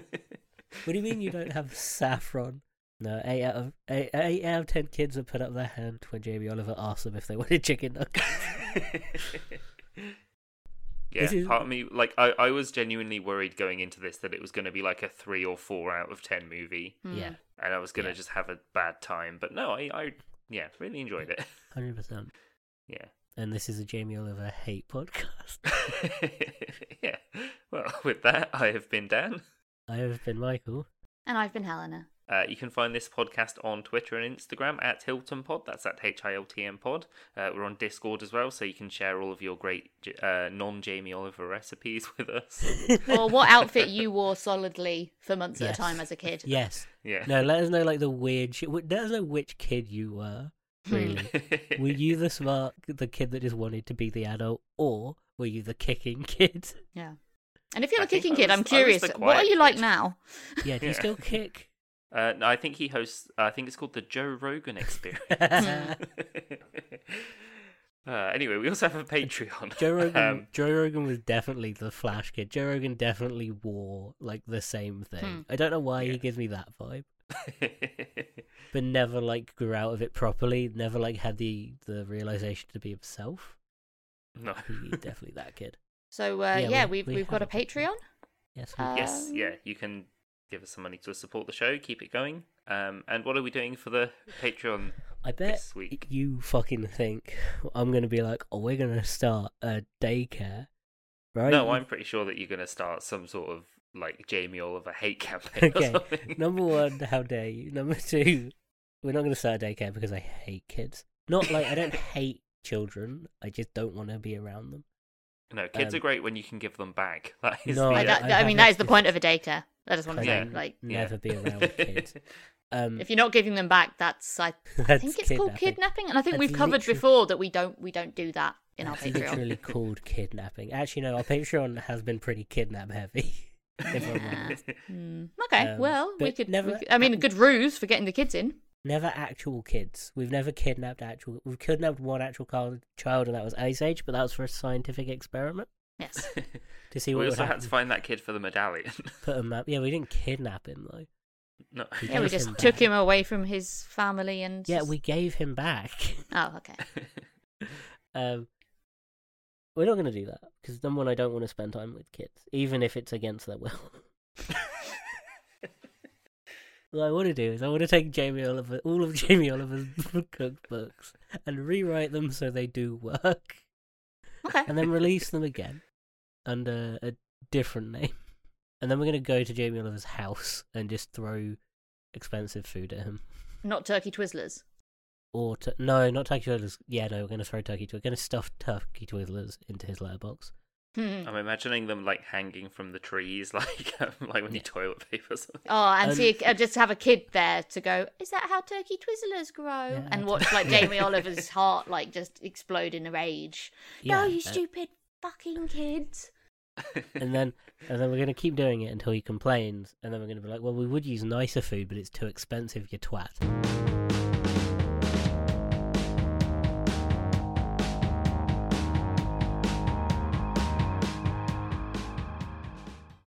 Speaker 2: What do you mean you don't have saffron? No, eight out of eight, eight out of ten kids have put up their hand when Jamie Oliver asked them if they wanted chicken nuggets.
Speaker 1: yeah,
Speaker 2: This is-
Speaker 1: part of me like I, I was genuinely worried going into this that it was gonna be like a three or four out of ten movie
Speaker 3: Hmm.
Speaker 2: Yeah,
Speaker 1: and I was gonna
Speaker 2: Yeah.
Speaker 1: just have a bad time. But no, I, I yeah, really enjoyed it.
Speaker 2: hundred percent.
Speaker 1: Yeah.
Speaker 2: And this is a Jamie Oliver hate podcast.
Speaker 1: yeah. Well, with that, I have been Dan.
Speaker 2: I have been Michael.
Speaker 3: and I've been Helena.
Speaker 1: Uh, you can find this podcast on Twitter and Instagram at Hilton Pod. That's at H I L T M Pod. Uh, we're on Discord as well, so you can share all of your great J- uh, non Jamie Oliver recipes with us.
Speaker 3: or what outfit you wore solidly for months
Speaker 2: Yes.
Speaker 3: at a time as a kid.
Speaker 2: Yes.
Speaker 1: Yeah.
Speaker 2: No, let us know like the weird shit. Let us know which kid you were.
Speaker 3: Hmm.
Speaker 2: Really, were you the smart, the kid that just wanted to be the adult, or were you the kicking kid?
Speaker 3: Yeah. And if you're
Speaker 1: I
Speaker 3: a
Speaker 1: think
Speaker 3: kicking
Speaker 1: I
Speaker 3: kid,
Speaker 1: was-
Speaker 3: I'm
Speaker 1: I was
Speaker 3: curious.
Speaker 1: the
Speaker 3: What are
Speaker 1: quiet
Speaker 3: you like
Speaker 1: kid.
Speaker 3: now?
Speaker 2: Yeah, do you
Speaker 1: Yeah.
Speaker 2: still kick?
Speaker 1: Uh, no, I think he hosts, I think it's called the Joe Rogan Experience.
Speaker 2: Joe
Speaker 1: uh, anyway, we also have a Patreon.
Speaker 2: Rogan.
Speaker 1: Um,
Speaker 2: Joe Rogan was definitely the Flash kid. Joe Rogan definitely wore like the same thing.
Speaker 3: Hmm.
Speaker 2: I don't know why
Speaker 1: Yeah.
Speaker 2: he gives me that vibe,
Speaker 1: Um,
Speaker 2: but never like grew out of it properly. Never like had the the realization to be himself.
Speaker 1: no.
Speaker 2: He's definitely that kid.
Speaker 3: So uh,
Speaker 2: Yeah,
Speaker 3: yeah,
Speaker 2: we-
Speaker 3: we've
Speaker 2: we
Speaker 3: we have got a
Speaker 2: have a Patreon.
Speaker 3: Patreon.
Speaker 2: Yes.
Speaker 3: Uh,
Speaker 1: yes,
Speaker 3: Um,
Speaker 1: yeah, you can give us some money to support the show, keep it going. Um, and what are we doing for the Patreon?
Speaker 2: I bet
Speaker 1: this week.
Speaker 2: you fucking think I'm gonna be like, oh, we're gonna start a daycare, right?
Speaker 1: No, I'm pretty sure that you're going to start some sort of like Jamie Oliver hate campaign.
Speaker 2: okay.
Speaker 1: Or something.
Speaker 2: Number one, how dare you? Number two, we're not gonna start a daycare because I hate kids. Not like I don't hate children. I just don't want to be around them.
Speaker 1: No, kids
Speaker 2: um,
Speaker 1: are great when you can give them back. That is
Speaker 2: No,
Speaker 1: the.
Speaker 3: Like,
Speaker 2: yeah,
Speaker 3: that,
Speaker 2: I
Speaker 3: that- I
Speaker 2: have
Speaker 3: mean,
Speaker 2: that
Speaker 3: that is the
Speaker 2: too.
Speaker 3: point of a daycare. I just want to
Speaker 2: Because
Speaker 1: Yeah.
Speaker 3: say, like,
Speaker 1: Yeah.
Speaker 2: never be around kids. Um,
Speaker 3: if you're not giving them back, that's I
Speaker 2: that's
Speaker 3: think it's called kidnapping, and I think
Speaker 2: That's
Speaker 3: we've covered
Speaker 2: literally-
Speaker 3: before that we don't we don't do that in our
Speaker 2: That's
Speaker 3: Patreon.
Speaker 2: literally called kidnapping. Actually, no, our Patreon has been pretty kidnap heavy. if I'm honest.
Speaker 3: Hmm. Okay,
Speaker 2: Um,
Speaker 3: well, we
Speaker 2: but
Speaker 3: could,
Speaker 2: never-
Speaker 3: we could- I mean, a good ruse for getting the kids in.
Speaker 2: Never actual kids. We've never kidnapped actual. We've kidnapped one actual child, child and that was Ice Age, but that was for a scientific experiment
Speaker 3: Yes.
Speaker 2: to see
Speaker 1: we
Speaker 2: what would
Speaker 1: also had
Speaker 2: happen.
Speaker 1: to find that kid for the medallion.
Speaker 2: Put him up. Yeah, we didn't kidnap him though.
Speaker 1: no.
Speaker 2: We
Speaker 3: Yeah, we
Speaker 2: gave
Speaker 3: just
Speaker 2: him
Speaker 3: took
Speaker 2: back.
Speaker 3: him away from his family and.
Speaker 2: Yeah, we gave him back.
Speaker 3: Oh, okay.
Speaker 2: um, we're not going to do that because number one, I don't want to spend time with kids, even if it's against their will. what I want to do is I want to take Jamie Oliver, all of Jamie Oliver's cookbooks, and rewrite them so they do work.
Speaker 3: Okay.
Speaker 2: and then release them again under a different name. And then we're going to go to Jamie Oliver's house and just throw expensive food at him.
Speaker 3: Not turkey Twizzlers.
Speaker 2: Or tu- no, not turkey twiddlers. Yeah, no, we're going to throw turkey. Tw- we're going to stuff turkey twiddlers into his letterbox
Speaker 3: Hmm.
Speaker 1: I'm imagining them like hanging from the trees, like um, like when you toilet paper. Something.
Speaker 3: Oh, and
Speaker 2: Um,
Speaker 3: see, uh, just have a kid there to go. Is that how turkey twizzlers grow?
Speaker 2: Yeah,
Speaker 3: and
Speaker 2: I
Speaker 3: watch like
Speaker 2: don't-
Speaker 3: Jamie Oliver's heart like just explode in a rage.
Speaker 2: Yeah,
Speaker 3: no, you
Speaker 2: uh,
Speaker 3: stupid fucking kids.
Speaker 2: and then and then we're gonna keep doing it until he complains, and then we're gonna be like, well, we would use nicer food, but it's too expensive, you twat.